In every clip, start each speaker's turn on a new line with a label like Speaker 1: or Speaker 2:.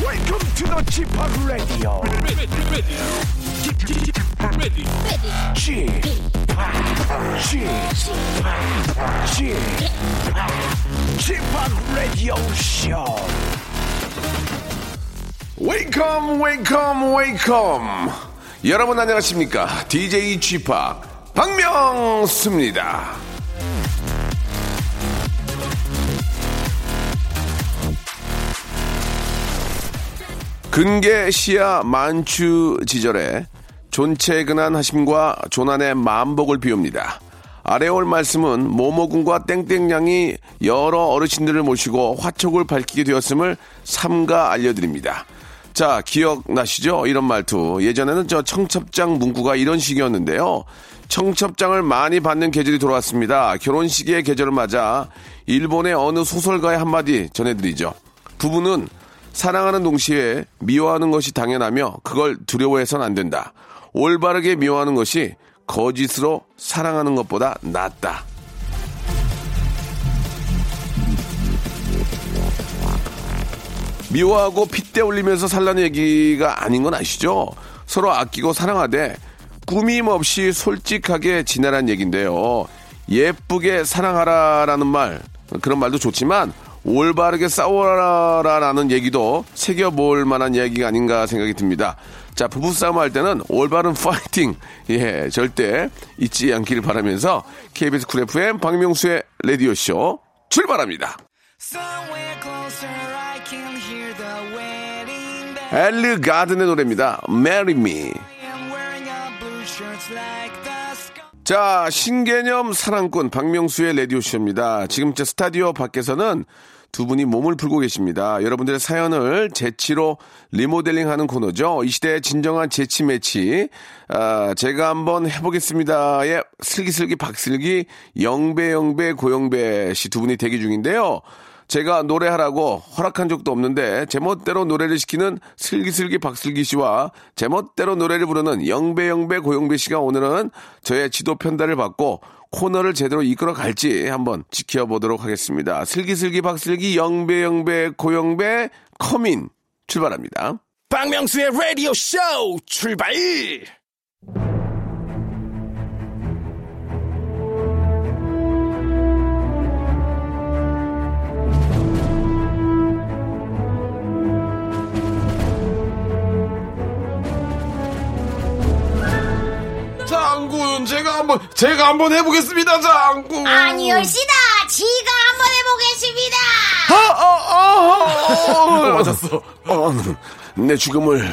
Speaker 1: Welcome to the g p o p Radio.
Speaker 2: ready, ready, ready,
Speaker 1: g p o p G p o p Radio Show.
Speaker 3: 웨이컴 웨이컴 웨이컴 여러분 안녕하십니까 DJ g p o p 박명수입니다 근계 시야 만추 지절에 존채근한 하심과 조난의 만복을 비웁니다. 아래올 말씀은 모모군과 땡땡냥이 여러 어르신들을 모시고 화촉을 밝히게 되었음을 삼가 알려드립니다. 자, 기억나시죠? 이런 말투. 예전에는 저 청첩장 문구가 이런 식이었는데요. 청첩장을 많이 받는 계절이 돌아왔습니다. 결혼식의 계절을 맞아 일본의 어느 소설가의 한마디 전해드리죠. 부부는 사랑하는 동시에 미워하는 것이 당연하며 그걸 두려워해선 안 된다. 올바르게 미워하는 것이 거짓으로 사랑하는 것보다 낫다. 미워하고 핏대 올리면서 살라는 얘기가 아닌 건 아시죠? 서로 아끼고 사랑하되 꾸밈 없이 솔직하게 지내란 얘기인데요. 예쁘게 사랑하라라는 말 그런 말도 좋지만 올바르게 싸워라라는 얘기도 새겨볼 만한 얘기가 아닌가 생각이 듭니다. 자 부부싸움 할 때는 올바른 파이팅 예 절대 잊지 않기를 바라면서 KBS 쿨 FM 박명수의 라디오 쇼 출발합니다.
Speaker 4: Somewhere closer, I can hear the wedding bell.
Speaker 3: 엘르 가든의 노래입니다. Marry Me.
Speaker 4: I'm wearing a blue shirt like the sky.
Speaker 3: 자, 신개념 사랑꾼 박명수의 라디오쇼입니다. 지금 제 스타디오 밖에서는 두 분이 몸을 풀고 계십니다. 여러분들의 사연을 재치로 리모델링하는 코너죠. 이 시대의 진정한 재치 매치. 아, 제가 한번 해보겠습니다. 예, 슬기슬기 박슬기 영배영배 고영배 씨 두 분이 대기 중인데요. 제가 노래하라고 허락한 적도 없는데 제멋대로 노래를 시키는 슬기슬기 박슬기 씨와 제멋대로 노래를 부르는 영배영배 고영배 씨가 오늘은 저의 지도 편달을 받고 코너를 제대로 이끌어 갈지 한번 지켜보도록 하겠습니다. 슬기슬기 박슬기 영배영배 고영배 커민 출발합니다.
Speaker 1: 박명수의 Radio Show 출발.
Speaker 3: 장군 제가 한번 제가 한번 해보겠습니다 장군.
Speaker 5: 아니요, 씨다! 지가 한번 해보겠습니다! 어,
Speaker 3: 맞았어. 내 죽음을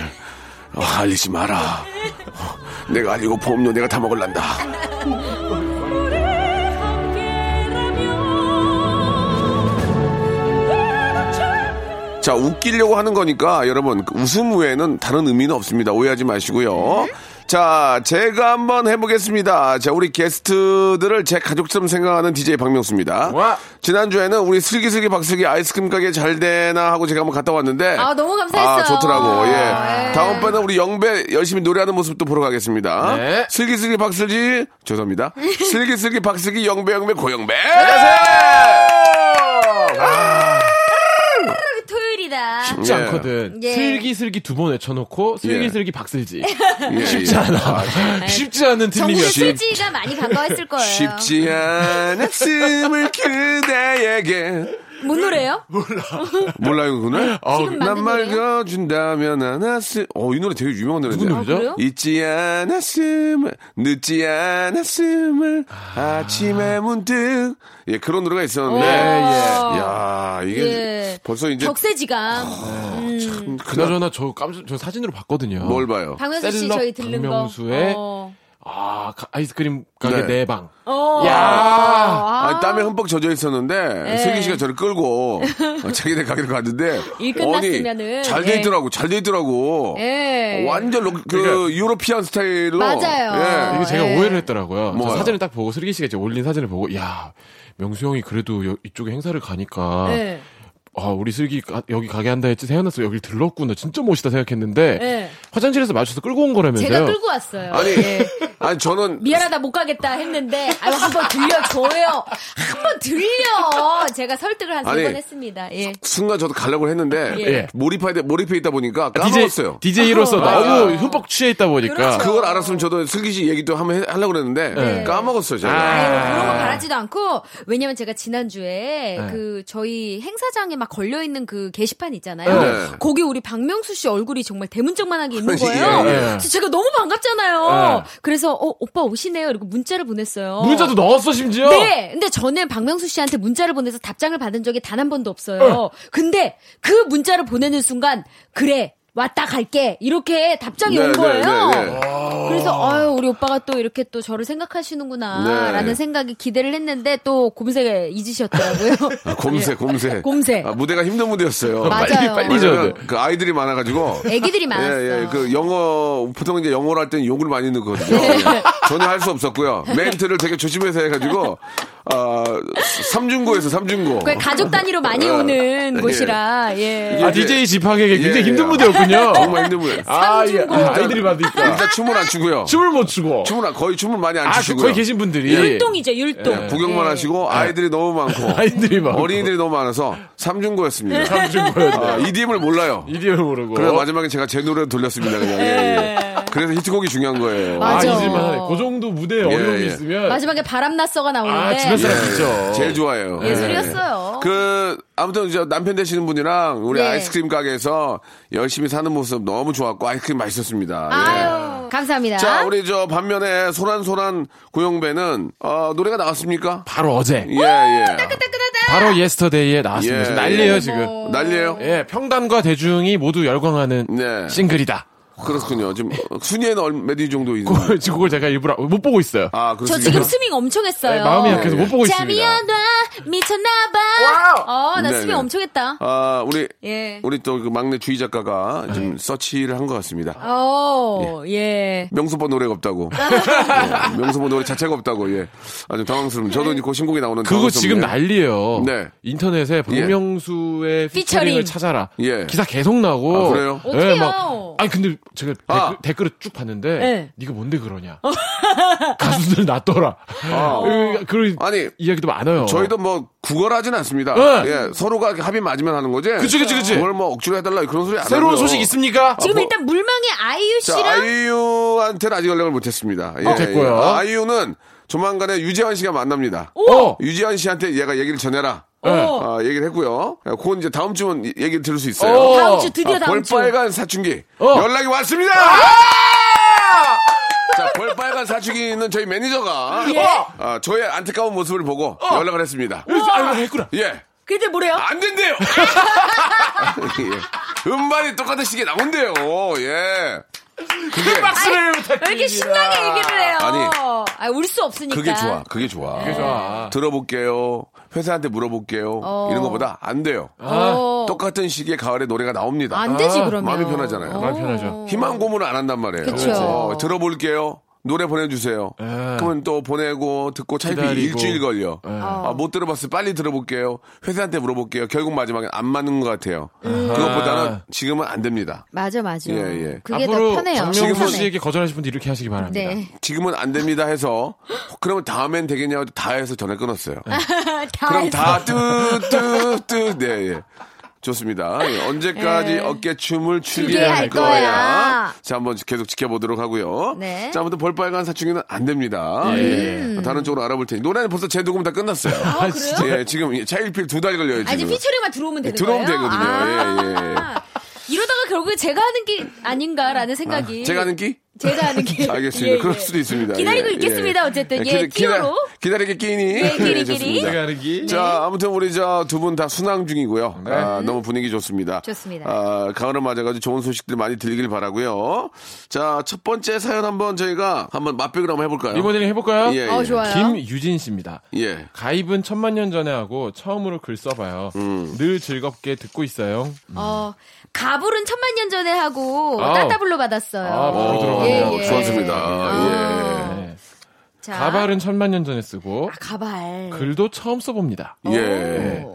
Speaker 3: 어, 알리지 마라. 어, 내가 알리고 보험료 내가 다 먹을란다. 자, 웃기려고 하는 거니까 여러분 그 웃음 외에는 다른 의미는 없습니다. 오해하지 마시고요. 자, 제가 한번 해보겠습니다. 자, 우리 게스트들을 제 가족처럼 생각하는 DJ 박명수입니다.
Speaker 1: 와.
Speaker 3: 지난주에는 우리 슬기슬기 박슬기 아이스크림 가게 잘 되나 하고 제가 한번 갔다 왔는데.
Speaker 5: 아, 너무 감사했어요.
Speaker 3: 아, 좋더라고. 예.
Speaker 5: 네.
Speaker 3: 다음번에 우리 영배 열심히 노래하는 모습도 보러 가겠습니다.
Speaker 1: 네.
Speaker 3: 슬기슬기 박슬기, 죄송합니다. 슬기슬기 박슬기 영배 영배 고영배.
Speaker 5: 예, 토요일이다.
Speaker 1: 쉽지 않거든.
Speaker 5: 예.
Speaker 2: 슬기슬기 두 번 외쳐놓고 슬기슬기 박슬지.
Speaker 3: 예, 예.
Speaker 2: 쉽지 않아. 쉽지 않은
Speaker 5: 정말
Speaker 2: 틀림이었어.
Speaker 5: 수지가 많이 반가워했을 거예요.
Speaker 3: 쉽지 않았음을 그대에게
Speaker 5: 뭔 노래요?
Speaker 3: 몰라요 그날?
Speaker 5: 지금
Speaker 3: 난
Speaker 5: 만든 노래요?
Speaker 3: 맑아준다면 안았음 어이 노래 되게 유명한 노래인데
Speaker 2: 누구 노래죠?
Speaker 5: 그래요?
Speaker 3: 잊지 않았음을 늦지 않았음을 아침에 문득 예 그런 노래가 있었는데
Speaker 2: 예,
Speaker 3: 야 이게
Speaker 5: 예.
Speaker 3: 벌써 이제
Speaker 5: 어.
Speaker 3: 어,
Speaker 5: 적세지감.
Speaker 3: 참 그나저나
Speaker 2: 그나저나 저 깜짝 저 사진으로 봤거든요.
Speaker 3: 뭘 봐요?
Speaker 5: 박명수 씨
Speaker 2: 셀럽
Speaker 5: 저희 들른 거.
Speaker 2: 박명수의
Speaker 5: 어.
Speaker 2: 아 가- 아이스크림 가게
Speaker 3: 네.
Speaker 2: 내 방.
Speaker 5: 어.
Speaker 2: 야.
Speaker 5: 아. 예.
Speaker 3: 아, 땀에 흠뻑 젖어 있었는데 슬기 씨가 저를 끌고 어, 자기네 가게로 갔는데
Speaker 5: 일 끝났으면은,
Speaker 3: 잘돼
Speaker 5: 예.
Speaker 3: 있더라고 잘 돼 있더라고
Speaker 5: 예.
Speaker 3: 어, 완전 로, 그
Speaker 2: 그러니까-
Speaker 3: 유로피안 스타일로
Speaker 5: 맞아요.
Speaker 2: 이게 제가
Speaker 5: 예.
Speaker 2: 오해를 했더라고요. 저
Speaker 3: 뭐요?
Speaker 2: 사진을 딱 보고 슬기 씨가 이제 올린 사진을 보고 야 명수 형이 그래도 여- 이쪽에 행사를 가니까
Speaker 5: 네.
Speaker 2: 아, 우리 슬기 가- 여기 가게 한다 했지 태어나서 여기 들렀구나. 진짜 멋있다 생각했는데
Speaker 5: 네.
Speaker 2: 화장실에서 마주쳐서 끌고 온 거라면서요.
Speaker 5: 제가 끌고 왔어요.
Speaker 3: 아니,
Speaker 5: 예.
Speaker 3: 아니 저는
Speaker 5: 미안하다 못 가겠다 했는데 아유 한번 들려줘요. 한번 들려. 제가 설득을 한 세
Speaker 3: 아니,
Speaker 5: 번 했습니다. 예.
Speaker 3: 순간 저도 가려고 했는데
Speaker 2: 예. 아,
Speaker 3: 몰입해 몰입해 있다 보니까 까먹었어요.
Speaker 2: DJ로서
Speaker 5: 아.
Speaker 2: 너무 흠뻑 취해 있다 보니까.
Speaker 5: 그렇죠.
Speaker 3: 그걸 알았으면 저도 슬기 씨 얘기도 한번 해- 하려고 그랬는데 까먹었어요. 제가.
Speaker 5: 아유, 그런 거 바라지도 않고 왜냐면 제가 지난주에 그 저희 행사장에 막 걸려 있는 그 게시판 있잖아요.
Speaker 3: 네.
Speaker 5: 거기 우리 박명수 씨 얼굴이 정말 대문짝만하게 있는
Speaker 3: 예,
Speaker 5: 거예요.
Speaker 3: 예.
Speaker 5: 그래서 제가 너무 반갑잖아요.
Speaker 2: 네.
Speaker 5: 그래서 어, 오빠 오시네요. 이러고 문자를 보냈어요.
Speaker 2: 문자도 넣었어 심지어.
Speaker 5: 네. 근데 저는 박명수 씨한테 문자를 보내서 답장을 받은 적이 단 한 번도 없어요. 근데 그 문자를 보내는 순간 그래 왔다 갈게 이렇게 답장이
Speaker 3: 네,
Speaker 5: 온
Speaker 3: 네,
Speaker 5: 거예요.
Speaker 3: 네, 네.
Speaker 5: 그래서 아유 우리 오빠가 또 이렇게 또 저를 생각하시는구나
Speaker 3: 네.
Speaker 5: 라는 생각에 기대를 했는데 또 곰색에 잊으셨더라고요.
Speaker 3: 아, 곰새,
Speaker 5: 예.
Speaker 3: 곰새.
Speaker 5: 곰새.
Speaker 3: 아, 무대가 힘든 무대였어요.
Speaker 5: 맞아요.
Speaker 2: 빨리 빨리 져야 돼.
Speaker 3: 왜냐면 그 아이들이 많아가지고.
Speaker 5: 애기들이 많았어요.
Speaker 3: 예, 예. 그 영어, 보통 이제 영어로 할 때는 욕을 많이 넣거든요. 예. 전혀 할 수 없었고요. 멘트를 되게 조심해서 해가지고, 아, 삼중고에서 삼중고.
Speaker 5: 그 가족 단위로 많이 오는 곳이라 예.
Speaker 2: 아
Speaker 3: 예. 이게-
Speaker 2: DJ 지팡이에게 굉장히
Speaker 3: 예, 예.
Speaker 2: 힘든 무대였군요.
Speaker 3: 정말 힘든 무대.
Speaker 2: 아, 이게
Speaker 5: 삼중고.
Speaker 2: 아이들이 받으니까
Speaker 3: 일단 춤을 안 추고요.
Speaker 2: 춤을 못 추고.
Speaker 3: 춤을 안- 거의 춤을 많이 안
Speaker 2: 아, 그
Speaker 3: 추시고요.
Speaker 2: 거기 계신 분들이
Speaker 5: 율동이죠 율동.
Speaker 3: 예, 구경만
Speaker 5: 예.
Speaker 3: 하시고 아이들이 너무 많고
Speaker 2: 아이들이 막
Speaker 3: 어린이들이 너무 많아서 삼중고였습니다.
Speaker 2: 춤춘 거예요.
Speaker 3: 아, EDM을 몰라요.
Speaker 2: 이디를 모르고.
Speaker 3: 그래서 마지막에 제가 제 노래를 돌렸습니다. 그냥. 예, 예. 그래서 히트곡이 중요한 거예요.
Speaker 2: 아,
Speaker 5: 맞아.
Speaker 2: 잊을만 하네. 그 정도 무대에 어려움이
Speaker 3: 예.
Speaker 2: 있으면
Speaker 5: 마지막에 바람 났어가 나오는데
Speaker 2: 아, 집에서
Speaker 3: 예,
Speaker 2: 진짜.
Speaker 3: 제일 좋아해요.
Speaker 5: 예술이었어요.
Speaker 3: 그 아무튼 이제 남편 되시는 분이랑 우리
Speaker 5: 예.
Speaker 3: 아이스크림 가게에서 열심히 사는 모습 너무 좋았고 아이스크림 맛있었습니다. 예.
Speaker 5: 아유 감사합니다.
Speaker 3: 자 우리 저 반면에 소란소란 고영배는 어, 노래가 나왔습니까?
Speaker 2: 바로 어제.
Speaker 3: 예예.
Speaker 5: 따끈따끈하다.
Speaker 2: 바로 예스터데이에
Speaker 3: 네.
Speaker 2: 나왔습니다.
Speaker 3: 예,
Speaker 2: 지금 난리예요,
Speaker 3: 예.
Speaker 2: 지금.
Speaker 3: 난리예요.
Speaker 2: 예, 평단과 대중이 모두 열광하는
Speaker 3: 네.
Speaker 2: 싱글이다.
Speaker 3: 그렇군요. 지금 순위에는 얼- 몇 위 정도 있는?
Speaker 2: 그걸, 지금 그걸 제가 일부러 못 보고 있어요.
Speaker 3: 아
Speaker 5: 저
Speaker 3: 그렇습니다.
Speaker 5: 지금 스밍 엄청 했어요.
Speaker 2: 네, 마음이 약해서 못 보고
Speaker 5: 잠이
Speaker 2: 있습니다.
Speaker 5: 안 와, 미쳤나봐. 어, 나
Speaker 3: 네,
Speaker 5: 스밍
Speaker 3: 네.
Speaker 5: 엄청 했다.
Speaker 3: 아 우리
Speaker 5: 예.
Speaker 3: 우리 또 그 막내 주희 작가가
Speaker 2: 네.
Speaker 3: 좀 서치를 한 것 같습니다.
Speaker 2: 아.
Speaker 5: 어, 예.
Speaker 3: 명수보 노래가 없다고. 예, 명수보 노래 자체가 없다고. 예. 아주 당황스러운. 저도 이제 곧 신곡이 나오는.
Speaker 2: 그거 지금 난리예요.
Speaker 3: 네.
Speaker 2: 인터넷에
Speaker 5: 피처링.
Speaker 2: 박명수의 피처링을 찾아라.
Speaker 3: 예.
Speaker 2: 기사 계속 나고.
Speaker 3: 아, 그래요?
Speaker 2: 예,
Speaker 5: 어떡해요?
Speaker 2: 막- 아니 근데 제가
Speaker 3: 아.
Speaker 2: 댓글, 댓글을 쭉 봤는데
Speaker 5: 네.
Speaker 2: 네가 뭔데 그러냐. 가수들 낫더라. 그- 그런
Speaker 3: 아. 아니,
Speaker 2: 이야기도 많아요.
Speaker 3: 저희도 뭐 구걸하진 않습니다.
Speaker 2: 네.
Speaker 3: 예, 서로가 합의 맞으면 하는 거지.
Speaker 2: 그치, 그치, 그치.
Speaker 3: 그걸 뭐 억지로 해달라 그런 소리 안 하고요. 아.
Speaker 2: 새로운 소식 있습니까?
Speaker 5: 지금 일단 물망의 아이유
Speaker 3: 자,
Speaker 5: 씨랑
Speaker 3: 아이유한테는 아직 연락을 못했습니다. 예,
Speaker 2: 어, 됐고요.
Speaker 3: 예. 아, 아이유는 조만간에 유재환 씨가 만납니다.
Speaker 2: 어.
Speaker 3: 유재환 씨한테 얘가 얘기를 전해라.
Speaker 2: 예.
Speaker 5: 어,
Speaker 3: 아, 얘기를 했고요. 예, 그건 이제 다음 주면 이- 얘기를 들을 수 있어요.
Speaker 2: 어.
Speaker 5: 다음 주 드디어
Speaker 3: 아,
Speaker 5: 다음 주.
Speaker 3: 벌빨간 사춘기
Speaker 2: 어.
Speaker 3: 연락이 왔습니다. 자, 벌빨간 사춘기는 저희 매니저가 아, 저의 안타까운 모습을 보고 연락을 했습니다.
Speaker 2: 그래서 아, 이거 했구나.
Speaker 3: 예,
Speaker 5: 그때 뭐래요?
Speaker 3: 안 된대요. 예. 음반이 똑같은 시기에 나온대요. 예. 그게
Speaker 2: 박수를 부탁드립니다.
Speaker 5: 왜 이렇게 신나게 얘기를 해요?
Speaker 3: 아니.
Speaker 5: 아, 울 수 없으니까.
Speaker 3: 그게 좋아. 그게 좋아.
Speaker 2: 좋아.
Speaker 3: 들어볼게요. 회사한테 물어볼게요.
Speaker 5: 어.
Speaker 3: 이런 것보다 안 돼요.
Speaker 5: 어,
Speaker 3: 똑같은 시기에 가을에 노래가 나옵니다.
Speaker 5: 안 되지,
Speaker 2: 아,
Speaker 5: 그러면.
Speaker 3: 마음이 편하잖아요.
Speaker 5: 어.
Speaker 2: 마음이 편하죠.
Speaker 3: 희망 고문을 안 한단 말이에요.
Speaker 5: 그쵸.
Speaker 3: 어, 들어볼게요. 노래 보내주세요. 그러면 또 보내고 듣고 차이피
Speaker 2: 예. 기다리고. 예.
Speaker 3: 일주일 걸려. 아, 못 들어봤어요. 빨리 들어볼게요. 회사한테 물어볼게요. 결국 마지막에 안 맞는 것 같아요.
Speaker 2: 예.
Speaker 3: 그것보다는 지금은 안 됩니다.
Speaker 5: 맞아, 맞아.
Speaker 3: 예, 예.
Speaker 5: 그게
Speaker 2: 앞으로
Speaker 5: 더 편해요.
Speaker 2: 박명수
Speaker 5: 편해.
Speaker 2: 씨에게 거절하실 분들 이렇게 하시기 바랍니다.
Speaker 5: 네.
Speaker 3: 지금은 안 됩니다 해서 그러면 다음엔 되겠냐고 다 해서 전화 끊었어요.
Speaker 2: 예.
Speaker 5: 다
Speaker 3: 그럼
Speaker 5: 해서.
Speaker 3: 다뜨뜨뜨 네, 예. 좋습니다. 예, 언제까지
Speaker 5: 예.
Speaker 3: 어깨춤을 추게
Speaker 5: 추게 할
Speaker 3: 할 거야.
Speaker 5: 거야.
Speaker 3: 자, 한번 계속 지켜보도록 하고요.
Speaker 5: 네. 음.
Speaker 3: 자, 아무튼 벌빨간 사춘기는 안 됩니다. 예. 다른 쪽으로 알아볼 테니. 노래는 벌써 제 녹음 다 끝났어요.
Speaker 5: 아, 그래요?
Speaker 3: 예, 지금 예, 차일필 두 달 걸려요,
Speaker 5: 아, 이제
Speaker 3: 지금.
Speaker 5: 피처링만 들어오면 되는
Speaker 3: 네, 들어오면
Speaker 5: 거예요?
Speaker 3: 되거든요.
Speaker 5: 아. 이러다가 결국에 제가 하는 게 아닌가라는 생각이.
Speaker 3: 예, 제가 하는 끼?
Speaker 5: 제가 하는 게.
Speaker 3: 알겠습니다.
Speaker 5: 예, 예.
Speaker 3: 그럴 수도 있습니다.
Speaker 5: 기다리고
Speaker 3: 예,
Speaker 5: 있겠습니다.
Speaker 3: 예.
Speaker 5: 어쨌든.
Speaker 3: 기다-
Speaker 5: 예, 티오로. 예,
Speaker 3: 기다, 기다리기 끼니. 예,
Speaker 5: 끼리끼리.
Speaker 3: 좋습니다.
Speaker 2: 제가 하는
Speaker 5: 네.
Speaker 2: 게
Speaker 3: 자, 아무튼 우리 저 두 분 다 순항 중이고요. 아, 너무 분위기 좋습니다.
Speaker 5: 좋습니다.
Speaker 3: 아, 가을을 맞아가지고 좋은 소식들 많이 들리길 바라고요. 자, 첫 번째 사연 한번 저희가 한번 맛보기로 한번 해볼까요?
Speaker 2: 리모델링 해볼까요?
Speaker 3: 예,
Speaker 5: 어,
Speaker 3: 예.
Speaker 5: 좋아요.
Speaker 2: 김유진 씨입니다.
Speaker 3: 예.
Speaker 2: 가입은 천만 년 전에 하고 처음으로 글 써봐요. 늘 즐겁게 듣고 있어요.
Speaker 5: 어, 가불은 천만 년 전에 하고,
Speaker 2: 아우.
Speaker 5: 따따블로 받았어요.
Speaker 2: 아, 바로
Speaker 3: 어,
Speaker 2: 들어가네요.
Speaker 5: 예, 예.
Speaker 3: 좋았습니다. 예.
Speaker 5: 아.
Speaker 2: 네.
Speaker 5: 자,
Speaker 2: 가발은 천만 년 전에 쓰고
Speaker 5: 아, 가발.
Speaker 2: 그- 글도 처음 써봅니다.
Speaker 3: 예. 예.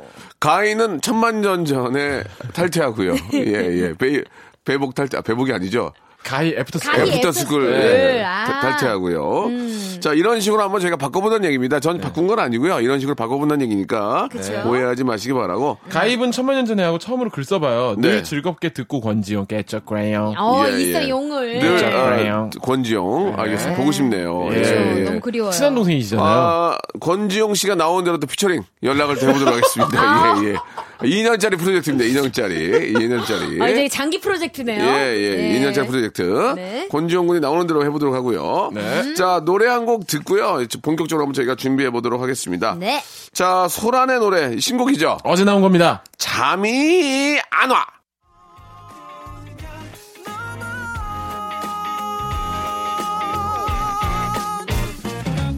Speaker 3: 가인은 천만 년 전에 탈퇴하고요. 예, 예. 배, 배복 탈퇴, 아, 배복이 아니죠.
Speaker 2: 가이 애프터
Speaker 5: 가이
Speaker 2: 스쿨.
Speaker 5: 애-
Speaker 3: 애프터스쿨
Speaker 5: 애프터스쿨.
Speaker 3: 예, 예.
Speaker 5: 아. 음.
Speaker 3: 다- 탈퇴하고요. 자 이런 식으로 한번 저희가 바꿔보는 얘기입니다. 전 바꾼 건 아니고요. 이런 식으로 바꿔보는 얘기니까
Speaker 5: 그쵸.
Speaker 3: 오해하지 마시기 바라고.
Speaker 2: 가입은 천만 년 전에 하고 처음으로 글 써봐요.
Speaker 3: 네.
Speaker 2: 늘 즐겁게 듣고 권지용 깨쩍그래요.
Speaker 5: 어,
Speaker 3: 예,
Speaker 5: 있어
Speaker 3: 예.
Speaker 5: 용을.
Speaker 3: 늘 아,
Speaker 2: 그래요.
Speaker 3: 권지용 알겠습니다. 보고 싶네요. 예,
Speaker 5: 네. 그렇죠.
Speaker 3: 예.
Speaker 5: 너무 그리워요.
Speaker 2: 친한 동생이시잖아요.
Speaker 3: 아, 권지용 씨가 나오는 대로 또 피처링 연락을 또 해보도록 하겠습니다.
Speaker 5: 아.
Speaker 3: 예, 예. 2년짜리 프로젝트입니다. 2년짜리. 2년짜리.
Speaker 5: 아, 이제 장기 프로젝트네요.
Speaker 3: 예, 예.
Speaker 5: 네.
Speaker 3: 2년차 프로젝트.
Speaker 5: 네.
Speaker 3: 권지용 군이 나오는 대로 해보도록 하고요. 자, 노래 한 곡 듣고요. 이제 본격적으로 한번 저희가 준비해보도록 하겠습니다.
Speaker 5: 네.
Speaker 3: 자, 소란의 노래, 신곡이죠.
Speaker 2: 어제 나온 겁니다.
Speaker 3: 잠이 안 와.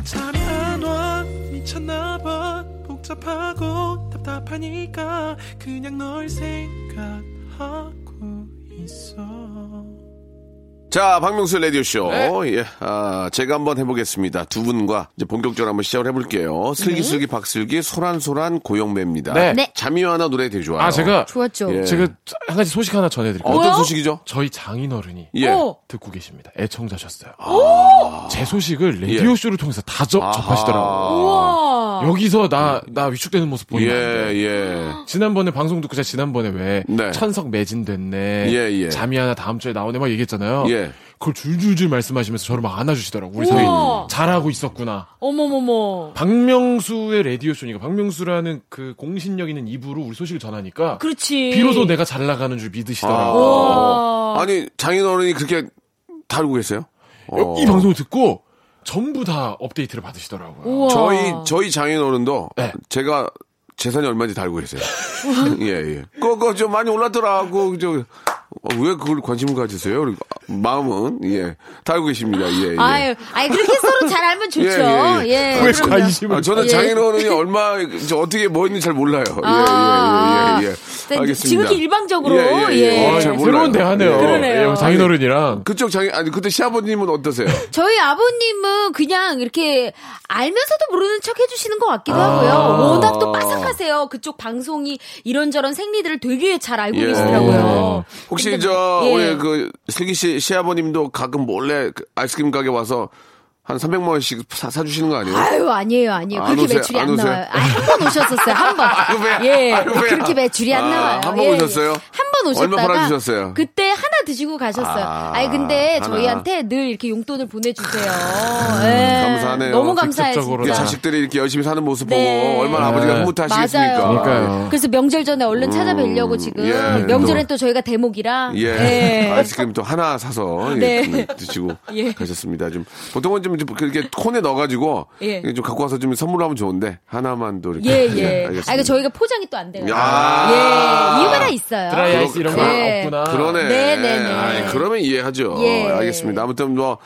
Speaker 6: 잠이 안 와 미쳤나봐 복잡하고 답답하니까 그냥 널 생각하고 있어
Speaker 3: 자, 박명수 라디오쇼.
Speaker 2: 네.
Speaker 3: 예, 아, 제가 한번 해보겠습니다. 두 분과 이제 본격적으로 한번 시작을 해볼게요. 슬기슬기 박슬기, 소란소란 고영배입니다.
Speaker 2: 네.
Speaker 5: 네.
Speaker 3: 잠이 와나 노래 되게 좋아요.
Speaker 2: 아 제가
Speaker 5: 좋았죠.
Speaker 3: 예.
Speaker 2: 제가 한 가지 소식 하나 전해드릴게요.
Speaker 3: 어떤
Speaker 5: 뭐요?
Speaker 3: 소식이죠?
Speaker 2: 저희 장인어른이
Speaker 3: 예.
Speaker 5: 오.
Speaker 2: 듣고 계십니다. 애청자셨어요. 제 소식을
Speaker 5: 예.
Speaker 2: 라디오 쇼를 통해서 다 접,
Speaker 3: 아하.
Speaker 2: 접하시더라고요.
Speaker 5: 우와.
Speaker 2: 여기서 나 나 위축되는 모습
Speaker 3: 예,
Speaker 2: 보이면 안 돼요.
Speaker 3: 예.
Speaker 2: 지난번에 방송 듣고 제가 지난번에 왜
Speaker 3: 네.
Speaker 2: 천석 매진됐네
Speaker 3: 예, 예.
Speaker 2: 잠이 하나 다음 주에 나오네 막 얘기했잖아요.
Speaker 3: 예.
Speaker 2: 그걸 줄줄줄 말씀하시면서 저를 막 안아주시더라고 우리
Speaker 5: 우와.
Speaker 2: 사이 잘하고 있었구나.
Speaker 5: 어머머머.
Speaker 2: 박명수의 라디오 쇼니까 박명수라는 그 공신력 있는 입으로 우리 소식을 전하니까
Speaker 5: 그렇지.
Speaker 2: 비로소 내가 잘 나가는 줄 믿으시더라고.
Speaker 3: 아,
Speaker 2: 요
Speaker 5: 우와.
Speaker 3: 아니 장인어른이 그렇게 다 알고 계세요? 어.
Speaker 2: 이 방송을 듣고 전부 다 업데이트를 받으시더라고요.
Speaker 5: 우와.
Speaker 3: 저희 저희 장인어른도
Speaker 2: 네.
Speaker 3: 제가 재산이 얼마인지 다 알고 계세요. 예 예. 그거 좀 많이 올랐더라고 저왜 그걸 관심을 가지세요? 그리고 아, 마음은 예다 알고 계십니다. 예 예.
Speaker 5: 아유, 아유, 그렇게 서로 잘 알면 좋죠.
Speaker 3: 예,
Speaker 5: 예.
Speaker 3: 예, 예.
Speaker 2: 왜
Speaker 5: 그럼요.
Speaker 2: 관심을?
Speaker 3: 아, 저는
Speaker 5: 예.
Speaker 3: 장인어른이 얼마 저 어떻게 뭐였는지 잘 몰라요. 예,
Speaker 5: 아.
Speaker 3: 예, 예, 예, 예,
Speaker 5: 근데
Speaker 3: 알겠습니다.
Speaker 5: 지금 이렇게 일방적으로, 예.
Speaker 3: 어, 잘
Speaker 2: 아,
Speaker 3: 몰라요.
Speaker 2: 새로운 대화네요.
Speaker 3: 예.
Speaker 5: 그러네요.
Speaker 2: 예, 장인어른이랑
Speaker 3: 그쪽 장인 아니 그때 시아버님은 어떠세요?
Speaker 5: 저희 아버님은 그냥 이렇게 알면서도 모르는 척 해주시는 것 같기도
Speaker 3: 아.
Speaker 5: 하고요. 워낙 또 빠삭하세요. 그쪽 방송이 이런저런 생리들을 되게 잘 알고
Speaker 3: 예.
Speaker 5: 계시더라고요.
Speaker 3: 혹시
Speaker 5: 근데
Speaker 3: 저
Speaker 5: 예.
Speaker 3: 우리 그 슬기 씨 시아버님도 가끔 몰래 그 아이스크림 가게 와서 한 300만 원씩 사, 사주시는 거 아니에요?
Speaker 5: 아유 아니에요 아니에요
Speaker 3: 안
Speaker 5: 그렇게
Speaker 3: 오세요?
Speaker 5: 매출이
Speaker 3: 안
Speaker 5: 안,
Speaker 3: 오세요?
Speaker 5: 나와요 아, 한 번 오셨었어요
Speaker 3: 아이고,
Speaker 5: 한번
Speaker 3: 배야.
Speaker 5: 예
Speaker 3: 아이고, 배야.
Speaker 5: 그렇게 매출이 안
Speaker 3: 아,
Speaker 5: 나와요 예,
Speaker 3: 한번 오셨어요?
Speaker 5: 한 번 오셨다가
Speaker 3: 얼마 팔아주셨어요?
Speaker 5: 그때 하나 드시고 가셨어요
Speaker 3: 아,
Speaker 5: 아, 니 근데
Speaker 3: 하나. 음,
Speaker 5: 저희한테 늘 이렇게 용돈을 보내주세요 예.
Speaker 3: 감사하네요.
Speaker 5: 너무 감사해요
Speaker 2: 직접적으로
Speaker 3: 이게
Speaker 5: 진짜.
Speaker 2: 다.
Speaker 3: 자식들이 이렇게 열심히 사는 모습
Speaker 5: 네.
Speaker 3: 보고 얼마나 아버지가
Speaker 2: 네.
Speaker 3: 흐뭇하시겠습니까?
Speaker 5: 맞아요.
Speaker 2: 그러니까요.
Speaker 5: 그래서 명절 전에 얼른 찾아뵈려고 지금
Speaker 3: 예.
Speaker 5: 명절엔 또 저희가 대목이라
Speaker 3: 예.
Speaker 5: 예.
Speaker 3: 아이스크림 또 하나 사서
Speaker 5: 네.
Speaker 3: 이렇게 드시고
Speaker 5: 예.
Speaker 3: 가셨습니다. 좀 보통은 좀 이렇게 그렇게 콘에 넣어가지고
Speaker 5: 예.
Speaker 3: 좀 갖고 와서 좀 선물하면 좋은데 하나만 또 이렇게
Speaker 5: 예, 예.
Speaker 3: 알겠습니다.
Speaker 5: 아, 그 저희가 포장이 또 안 돼요.
Speaker 3: 야.
Speaker 5: 예, 이유가 하나 있어요.
Speaker 2: 드라이 아이스 이런 거
Speaker 5: 예.
Speaker 2: 없구나.
Speaker 3: 그러네.
Speaker 5: 네, 네, 네.
Speaker 3: 아이, 예, 그러면 이해하죠.
Speaker 5: 예.
Speaker 3: 알겠습니다. 아무튼 뭐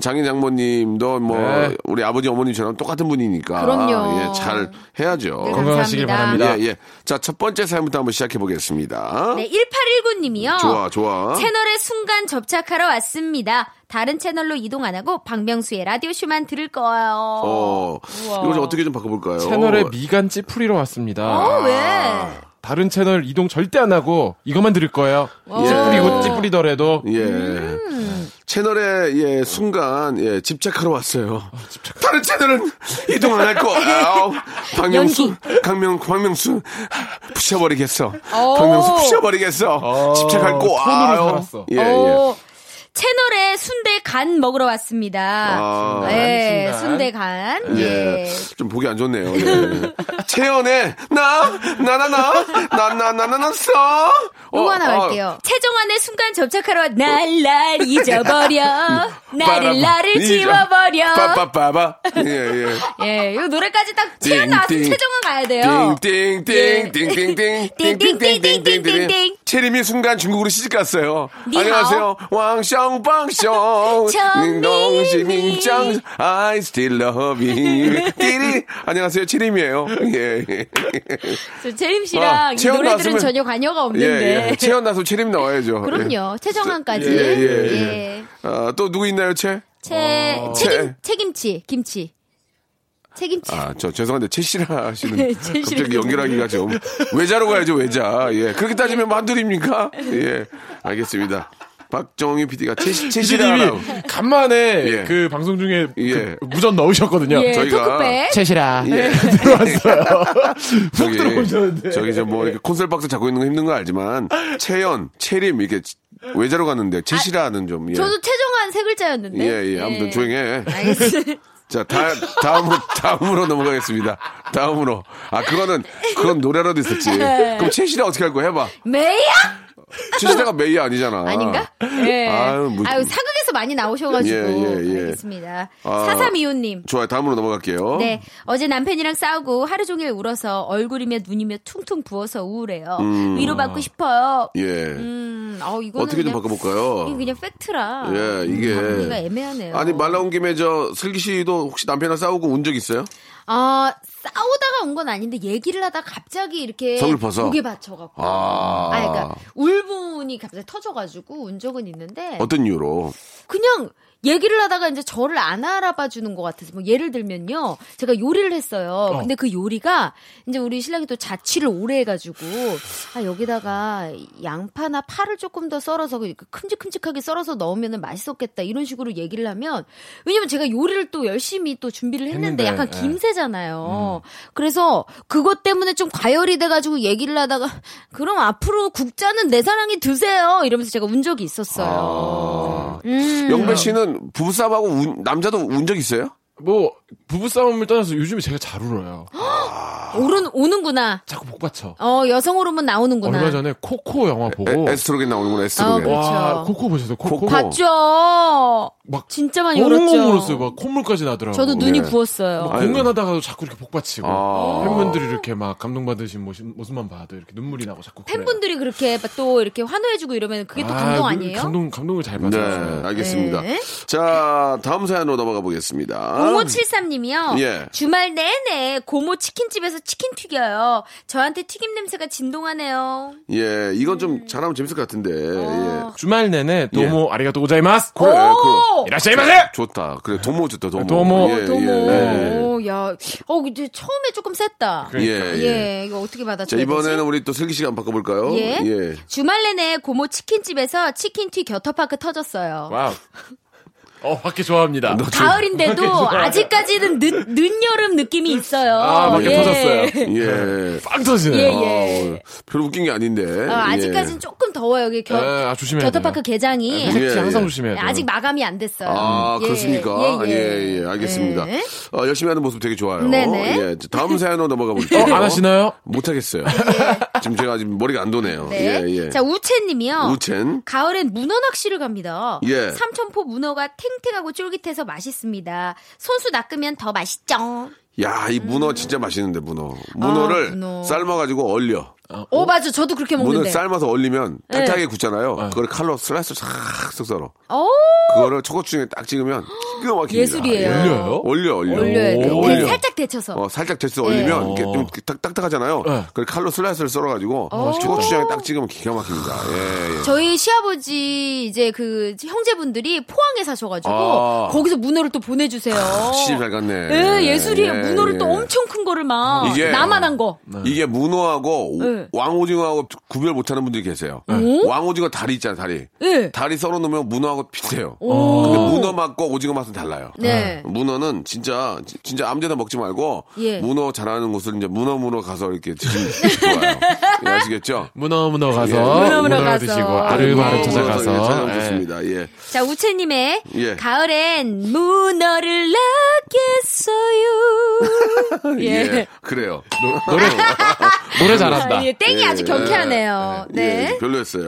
Speaker 3: 장인 장모님도 뭐
Speaker 2: 네.
Speaker 3: 우리 아버지 어머님처럼 똑같은 분이니까
Speaker 5: 그럼요.
Speaker 3: 예, 잘 해야죠.
Speaker 5: 네,
Speaker 2: 건강하시길
Speaker 5: 감사합니다.
Speaker 2: 바랍니다.
Speaker 3: 예, 예. 자, 첫 번째 사연부터 한번 시작해 보겠습니다.
Speaker 5: 네, 1819님이요.
Speaker 3: 좋아, 좋아.
Speaker 5: 채널에 순간 접착하러 왔습니다. 다른 채널로 이동 안 하고 박명수의 라디오쇼만 들을 거예요.
Speaker 3: 어, 이거 좀 어떻게 좀 바꿔볼까요?
Speaker 2: 채널에 미간 찌푸리러 왔습니다.
Speaker 5: 어, 왜?
Speaker 3: 아,
Speaker 2: 다른 채널 이동 절대 안 하고 이것만 들을 거예요. 찌푸리고 찌푸리더라도
Speaker 3: 예.
Speaker 5: 음.
Speaker 3: 채널에 예 순간 예 집착하러 왔어요. 다른 채널은 이동 안 할 거. 아우, 박명수, 강명, 박명수 부셔버리겠어. 박명수 부셔버리겠어. 집착할 거.
Speaker 2: 톤으로
Speaker 3: 아우.
Speaker 2: 살았어.
Speaker 3: 예, 예.
Speaker 5: 어, 채널에 순대 간 먹으러 왔습니다.
Speaker 3: 아.
Speaker 5: 예,
Speaker 2: 순간.
Speaker 5: 순대 간.
Speaker 3: 예.
Speaker 5: 예.
Speaker 3: 좀 보기 안 좋네요. 예. 채연의 나, 나나나, 나나나나나 써. 뭐, 어,
Speaker 5: 요거 음, 뭐 하나 할게요. 최종환의 순간 접착하러 왔- 날, 날 잊어버려. 나를, 나를 지워버려.
Speaker 3: 네. 빠빠빠바. 예, 예.
Speaker 5: 예, 요 노래까지 딱 튀어나왔으면
Speaker 3: 띵.
Speaker 5: 최종환 가야 돼요.
Speaker 3: 띵띵띵띵띵띵띵띵띵띵띵띵띵띵띵 체림이 순간 중국으로 시집 갔어요. 안녕하세요. 왕샹빵샹 닝동시 닝짱 I still love you. 띠리 안녕하세요. 체림이에요. 예.
Speaker 5: 저 재림 씨랑
Speaker 3: 아,
Speaker 5: 이
Speaker 3: 채연
Speaker 5: 노래들은
Speaker 3: 가수면-
Speaker 5: 전혀 관여가
Speaker 3: 예.
Speaker 5: 없는데.
Speaker 3: 예. 체험 나서 체림 나와야죠.
Speaker 5: 그럼요. 최정환까지.
Speaker 3: 예,
Speaker 5: 예,
Speaker 3: 예, 예. 아, 또 누구 있나요, 채?
Speaker 5: 채, 책임, 책임치, 김치. 책임지.
Speaker 3: 아, 저 죄송한데 채시라 씨는
Speaker 5: 채시라
Speaker 3: 갑자기 연결하기가 좀 외자로 가야죠 외자. 예, 그렇게 따지면 만두입니까? 예, 알겠습니다. 박정희 PD가 채시
Speaker 2: PD님이
Speaker 3: 채시라라고.
Speaker 2: 간만에
Speaker 3: 예.
Speaker 2: 그 방송 중에 그
Speaker 3: 예.
Speaker 2: 무전 넣으셨거든요.
Speaker 5: 예,
Speaker 3: 저희가-
Speaker 5: 토크백.
Speaker 2: 채시라
Speaker 3: 예.
Speaker 2: 들어왔어요. 훅
Speaker 3: 저기,
Speaker 2: 네. 들어오셨는데.
Speaker 3: 저기 저 뭐 이렇게 콘솔 박스 잡고 있는 거 힘든 거 알지만 채연, 채림 이렇게 외자로 갔는데 채시라는 좀. 예.
Speaker 5: 저도 네. 최종한 세 글자였는데.
Speaker 3: 예, 예. 아무튼 조용해.
Speaker 5: 알겠습니다.
Speaker 3: 자, 다, 다음으로, 다음으로 넘어가겠습니다. 다음으로. 아, 그거는, 그건 노래라도 있었지.
Speaker 5: 네.
Speaker 3: 그럼 채시라 어떻게 할 거야? 해봐.
Speaker 5: 메이야?
Speaker 3: 채시라가 메이 아니잖아.
Speaker 5: 아닌가? 예.
Speaker 3: 아유,
Speaker 5: 아유,
Speaker 3: 뭐-
Speaker 5: 사극에서 많이 나오셔가지고.
Speaker 3: 예, 예, 예.
Speaker 5: 알겠습니다.
Speaker 3: 아.
Speaker 5: 사삼이호님.
Speaker 3: 좋아요. 다음으로 넘어갈게요.
Speaker 5: 네, 어제 남편이랑 싸우고 하루 종일 울어서 얼굴이며 눈이며 퉁퉁 부어서 우울해요. 위로받고 싶어요.
Speaker 3: 음. 예.
Speaker 5: 음, 어, 이거는
Speaker 3: 어떻게 좀
Speaker 5: 그냥- 이게
Speaker 3: 바꿔볼까요?
Speaker 5: 그냥 팩트라.
Speaker 3: 예,
Speaker 5: 우리가
Speaker 3: 이게.
Speaker 5: 애매하네요.
Speaker 3: 아니, 말 나온 김에 저, 슬기 씨도 혹시 남편이랑 싸우고 운 적 있어요?
Speaker 5: 아, 싸우다가 온 건 아닌데 얘기를 하다 갑자기 이렇게
Speaker 3: 서글퍼서?
Speaker 5: 목에 받쳐갖고.
Speaker 3: 아.
Speaker 5: 아니, 그러니까 울분이 갑자기 터져가지고 운 적은 있는데
Speaker 3: 어떤 이유로?
Speaker 5: 그냥 얘기를 하다가 이제 저를 안 알아봐 주는 것 같아서 뭐 예를 들면요 제가 요리를 했어요 근데 그 요리가 이제 우리 신랑이 또 자취를 오래 해가지고 아 여기다가 양파나 파를 조금 더 썰어서 이렇게 큼직큼직하게 썰어서 넣으면 맛있었겠다 이런 식으로 얘기를 하면 왜냐면 제가 요리를 또 열심히 또 준비를 했는데, 음.
Speaker 2: 했는데,
Speaker 5: 약간
Speaker 2: 예.
Speaker 5: 김새잖아요 그래서 그것 때문에 좀 과열이 돼가지고 얘기를 하다가 그럼 앞으로 국자는 내 사랑이 드세요 이러면서 제가 운 적이 아. 있었어요 음.
Speaker 3: 영배 씨는 부부싸움하고 운- 남자도 운 적 있어요?
Speaker 2: 뭐 부부 싸움을 떠나서 요즘에 제가 잘 울어요.
Speaker 5: 오른 오는구나.
Speaker 2: 자꾸 목 받쳐.
Speaker 5: 어 여성 호르몬 나오는구나.
Speaker 2: 얼마 전에 코코 영화 보고
Speaker 3: 에, 에스트로겐 나오는구나, 에스트로겐.
Speaker 5: 어,
Speaker 2: 와
Speaker 5: 그렇죠.
Speaker 2: 코코 보셨어요? 코코
Speaker 3: 코코.
Speaker 5: 봤죠.
Speaker 2: 막
Speaker 5: 진짜 많이
Speaker 2: 엉엉
Speaker 5: 울었죠.
Speaker 2: 울었어요. 막 콧물까지 나더라고요.
Speaker 5: 저도 눈이
Speaker 3: 네.
Speaker 5: 부었어요.
Speaker 2: 막 공연하다가도 자꾸 이렇게 복받치고
Speaker 3: 아.
Speaker 2: 팬분들이 이렇게 막 감동받으신 모습, 모습만 봐도 이렇게 눈물이 나고 자꾸 그래요.
Speaker 5: 팬분들이 그렇게 또 이렇게 환호해주고 이러면 그게 또
Speaker 2: 아,
Speaker 5: 감동
Speaker 2: 그
Speaker 5: 아니에요?
Speaker 2: 감동 감동을 잘
Speaker 3: 네,
Speaker 2: 받아요.
Speaker 3: 알겠습니다.
Speaker 5: 네.
Speaker 3: 자, 다음 사연으로 넘어가 보겠습니다.
Speaker 5: 0573님이요.
Speaker 3: 예.
Speaker 5: 주말 내내 고모 치킨집에서 치킨 튀겨요. 저한테 튀김 냄새가 진동하네요.
Speaker 3: 예, 이건 좀 잘하면 재밌을 것 같은데.
Speaker 5: 아.
Speaker 3: 예.
Speaker 2: 주말 내내 도모 아리가또 고자이마스.
Speaker 3: 그래, 그래.
Speaker 2: 이라시마세.
Speaker 3: 좋다. 그래, 도모 좋다, 도모.
Speaker 2: 도모.
Speaker 3: 예,
Speaker 5: 어, 도모.
Speaker 3: 예, 예.
Speaker 5: 오, 야. 어, 이제 처음에 조금 셌다.
Speaker 2: 그래.
Speaker 3: 예, 예.
Speaker 5: 예, 이거 어떻게 받았죠?
Speaker 3: 자, 이번에는 우리 또 슬기 씨가 한번 바꿔볼까요?
Speaker 5: 예. 주말 내내 고모 치킨집에서 치킨 튀 겨터파크 터졌어요.
Speaker 2: 와우. 어 밖에 좋아합니다.
Speaker 5: 가을인데도 아직까지는 늦, 늦여름 느낌이 있어요.
Speaker 2: 아, 밖에 터졌어요. 아,
Speaker 3: 예.
Speaker 2: 빵 터지네요.
Speaker 5: 예, 예.
Speaker 3: 어, 별로 웃긴 게 아닌데.
Speaker 5: 어, 아직까지는 조금 더워요. 여기
Speaker 2: 예,
Speaker 5: 겨,
Speaker 2: 아 조심해야 돼요.
Speaker 5: 겨터파크 개장이 네,
Speaker 3: 예,
Speaker 2: 택시 항상
Speaker 3: 예.
Speaker 2: 조심해야 돼요.
Speaker 5: 아직 마감이 안 됐어요.
Speaker 3: 아,
Speaker 5: 예,
Speaker 3: 그렇습니까? 예, 예, 알겠습니다.
Speaker 5: 예.
Speaker 3: 어, 열심히 하는 모습 되게 좋아요.
Speaker 5: 네네.
Speaker 3: 예, 자, 다음 사연으로 넘어가
Speaker 2: 어,
Speaker 3: 볼게요.
Speaker 2: 안 하시나요?
Speaker 3: 못하겠어요. 지금 제가 아직 머리가 안 도네요.
Speaker 5: 네.
Speaker 3: 예, 예.
Speaker 5: 자, 우채님이요.
Speaker 3: 우첸.
Speaker 5: 가을엔 문어 낚시를 갑니다.
Speaker 3: 예.
Speaker 5: 삼천포 문어가 탱탱하고 쫄깃해서 맛있습니다. 손수 낚으면 더 맛있죠.
Speaker 3: 야, 이 문어 진짜 맛있는데, 문어. 문어를
Speaker 5: 음. 아, 문어. 어,
Speaker 3: 삶아가지고 얼려.
Speaker 5: 오, 맞아. 저도 그렇게
Speaker 3: 문어
Speaker 5: 먹는데.
Speaker 3: 삶아서 얼리면 딱딱하게 굳잖아요.
Speaker 2: 네.
Speaker 3: 그걸 칼로 슬라이스 싹싹 썰어.
Speaker 5: 오,
Speaker 3: 그거를 초고추장에 딱 찍으면 기가 막힙니다.
Speaker 5: 예술이에요.
Speaker 3: 예.
Speaker 2: 올려요?
Speaker 3: 얼려, 얼려.
Speaker 5: 올려야 돼.
Speaker 2: 오,
Speaker 5: 이렇게
Speaker 2: 올려.
Speaker 5: 살짝 데쳐서.
Speaker 3: 어, 살짝 데쳐
Speaker 5: 네.
Speaker 3: 올리면
Speaker 2: 예.
Speaker 3: 이게 좀 딱, 딱딱하잖아요.
Speaker 2: 네.
Speaker 3: 그걸 칼로 슬라이스를 썰어가지고 초고추장에 딱 찍으면 기가 막힙니다. 예, 예.
Speaker 5: 저희 시아버지 이제 그 형제분들이 포항에 사셔가지고
Speaker 3: 아.
Speaker 5: 거기서 문어를 또 보내주세요.
Speaker 3: 시집 잘 갔네.
Speaker 5: 예, 예술이에요.
Speaker 3: 예,
Speaker 5: 문어를
Speaker 3: 예.
Speaker 5: 또 엄청 큰 거를 막
Speaker 3: 이게-
Speaker 5: 나만 한 거.
Speaker 2: 네.
Speaker 3: 이게 문어하고
Speaker 5: 네.
Speaker 3: 왕오징어하고 구별 못하는 분들이 계세요.
Speaker 2: 네.
Speaker 5: 오?
Speaker 3: 왕오징어 다리 있잖아요, 다리.
Speaker 5: 예.
Speaker 3: 다리 썰어 놓으면 문어하고 비슷해요.
Speaker 5: 오.
Speaker 3: 근데 문어 아. 맛과 오징어 맛은 달라요.
Speaker 5: 네.
Speaker 3: 문어는 진짜 지- 진짜 아무데나 먹지 말고
Speaker 5: 예.
Speaker 3: 문어 잘하는 곳을 이제 문어 문어 가서 이렇게 드시면 좋아요. 예, 아시겠죠?
Speaker 2: 문어 문어 가서
Speaker 3: 예. 문어,
Speaker 5: 문어
Speaker 2: 문어를
Speaker 5: 가서.
Speaker 2: 드시고 아르바를
Speaker 5: 예.
Speaker 3: 문어
Speaker 2: 찾아가서
Speaker 3: 찾아가면 좋습니다. 예.
Speaker 5: 자 우채님의
Speaker 3: 예.
Speaker 5: 가을엔 문어를 낳겠어요.
Speaker 3: 예.
Speaker 5: 예.
Speaker 3: 그래요.
Speaker 2: 노- 노래 노래 잘한다.
Speaker 5: 아, 예, 땡이 아주 경쾌하네요. 네.
Speaker 3: 예, 별로였어요.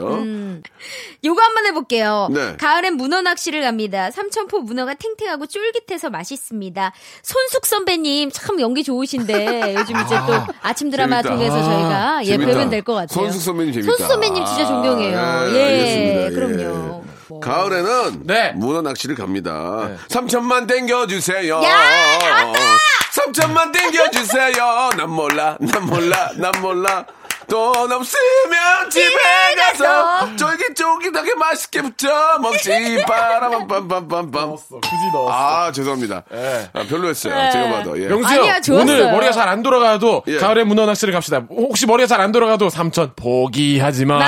Speaker 5: 요거 한번 해볼게요.
Speaker 3: 네.
Speaker 5: 가을엔 문어 낚시를 갑니다. 삼천포 문어가 탱탱하고 쫄깃해서 맛있습니다. 손숙 선배님 참 연기 좋으신데 요즘 이제 또 아침 드라마
Speaker 3: 재밌다.
Speaker 5: 통해서 저희가 예
Speaker 3: 재밌다.
Speaker 5: 뵈면 될 것 같아요.
Speaker 3: 손숙 선배님 재밌다.
Speaker 5: 손숙 선배님 진짜 존경해요.
Speaker 3: 아,
Speaker 5: 예,
Speaker 3: 알겠습니다.
Speaker 5: 그럼요. 뭐.
Speaker 3: 가을에는
Speaker 2: 네.
Speaker 3: 문어 낚시를 갑니다.
Speaker 2: 네.
Speaker 3: 3천만 땡겨주세요.
Speaker 5: 야, 나왔다!
Speaker 3: 3천만 땡겨주세요. 난 몰라, 난 몰라, 난 몰라. 돈 없으면 집에 가서 쫄깃쫄깃하게 맛있게 부쳐 먹지 바람 빰빰빰빰
Speaker 2: 굳이 넣었어. 네.
Speaker 3: 아 죄송합니다 아, 별로였어요
Speaker 5: 네.
Speaker 3: 제가 봐도 예.
Speaker 2: 명수야
Speaker 5: 아니야, 좋았어요.
Speaker 2: 오늘 머리가 잘 안 돌아가도
Speaker 3: 예.
Speaker 2: 가을의 문어 낚시를 갑시다. 혹시 머리가 잘 안 돌아가도 삼촌 포기하지 마.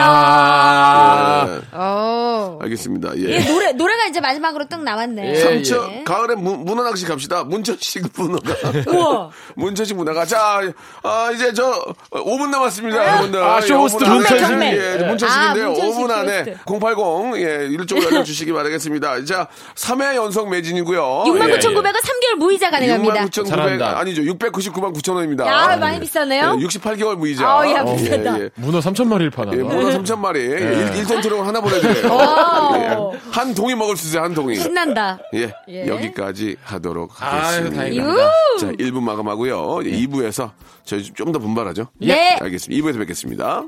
Speaker 3: 아,
Speaker 5: 어.
Speaker 3: 알겠습니다
Speaker 5: 예,
Speaker 3: 예.
Speaker 5: 노래 노래가 이제 마지막으로 딱 나왔네.
Speaker 2: 예, 예.
Speaker 3: 삼천 가을에 문, 문어 낚시 갑시다. 문천식 문어가. 문천식 문어가. 자, 아, 이제 저 5분 남았습니다, 여러분들.
Speaker 2: 아, 쇼
Speaker 3: 예,
Speaker 2: 호스트
Speaker 3: 5분 안에.
Speaker 2: 문천식.
Speaker 5: 정말.
Speaker 3: 예, 문천식인데요.
Speaker 5: 아, 문천식
Speaker 3: 5분
Speaker 5: 쇼
Speaker 3: 안에
Speaker 5: 호스트.
Speaker 3: 080 예, 이쪽으로 알려주시기 바라겠습니다. 자, 3회 연속 매진이고요.
Speaker 5: 69,900원
Speaker 3: 예.
Speaker 5: 3개월 무이자 가능합니다.
Speaker 3: 69,900
Speaker 2: 잘한다.
Speaker 3: 아니죠. 699만 9천 원입니다. 예.
Speaker 5: 야, 많이 비싸네요.
Speaker 3: 68개월 무이자.
Speaker 5: 아, 야, 비싸다.
Speaker 3: 예, 예.
Speaker 2: 문어 3천 마리를 파나.
Speaker 3: 예, 문어 3천 마리.
Speaker 2: 예.
Speaker 3: 일 1, 1센트로 하나 보내드려요.
Speaker 5: 와우.
Speaker 3: 예, 한 동이 먹을 수 있어요, 한 동이.
Speaker 5: 어, 신난다.
Speaker 3: 예,
Speaker 5: 예.
Speaker 3: 여기까지 하도록
Speaker 2: 아유,
Speaker 3: 하겠습니다.
Speaker 2: 다행이다. 예.
Speaker 5: 유!
Speaker 3: 예, 자, 1부 마감하고요. 2부에서 저희 좀 더 분발하죠.
Speaker 5: 네.
Speaker 3: 알겠습니다. 2부에서 뵙겠습니다.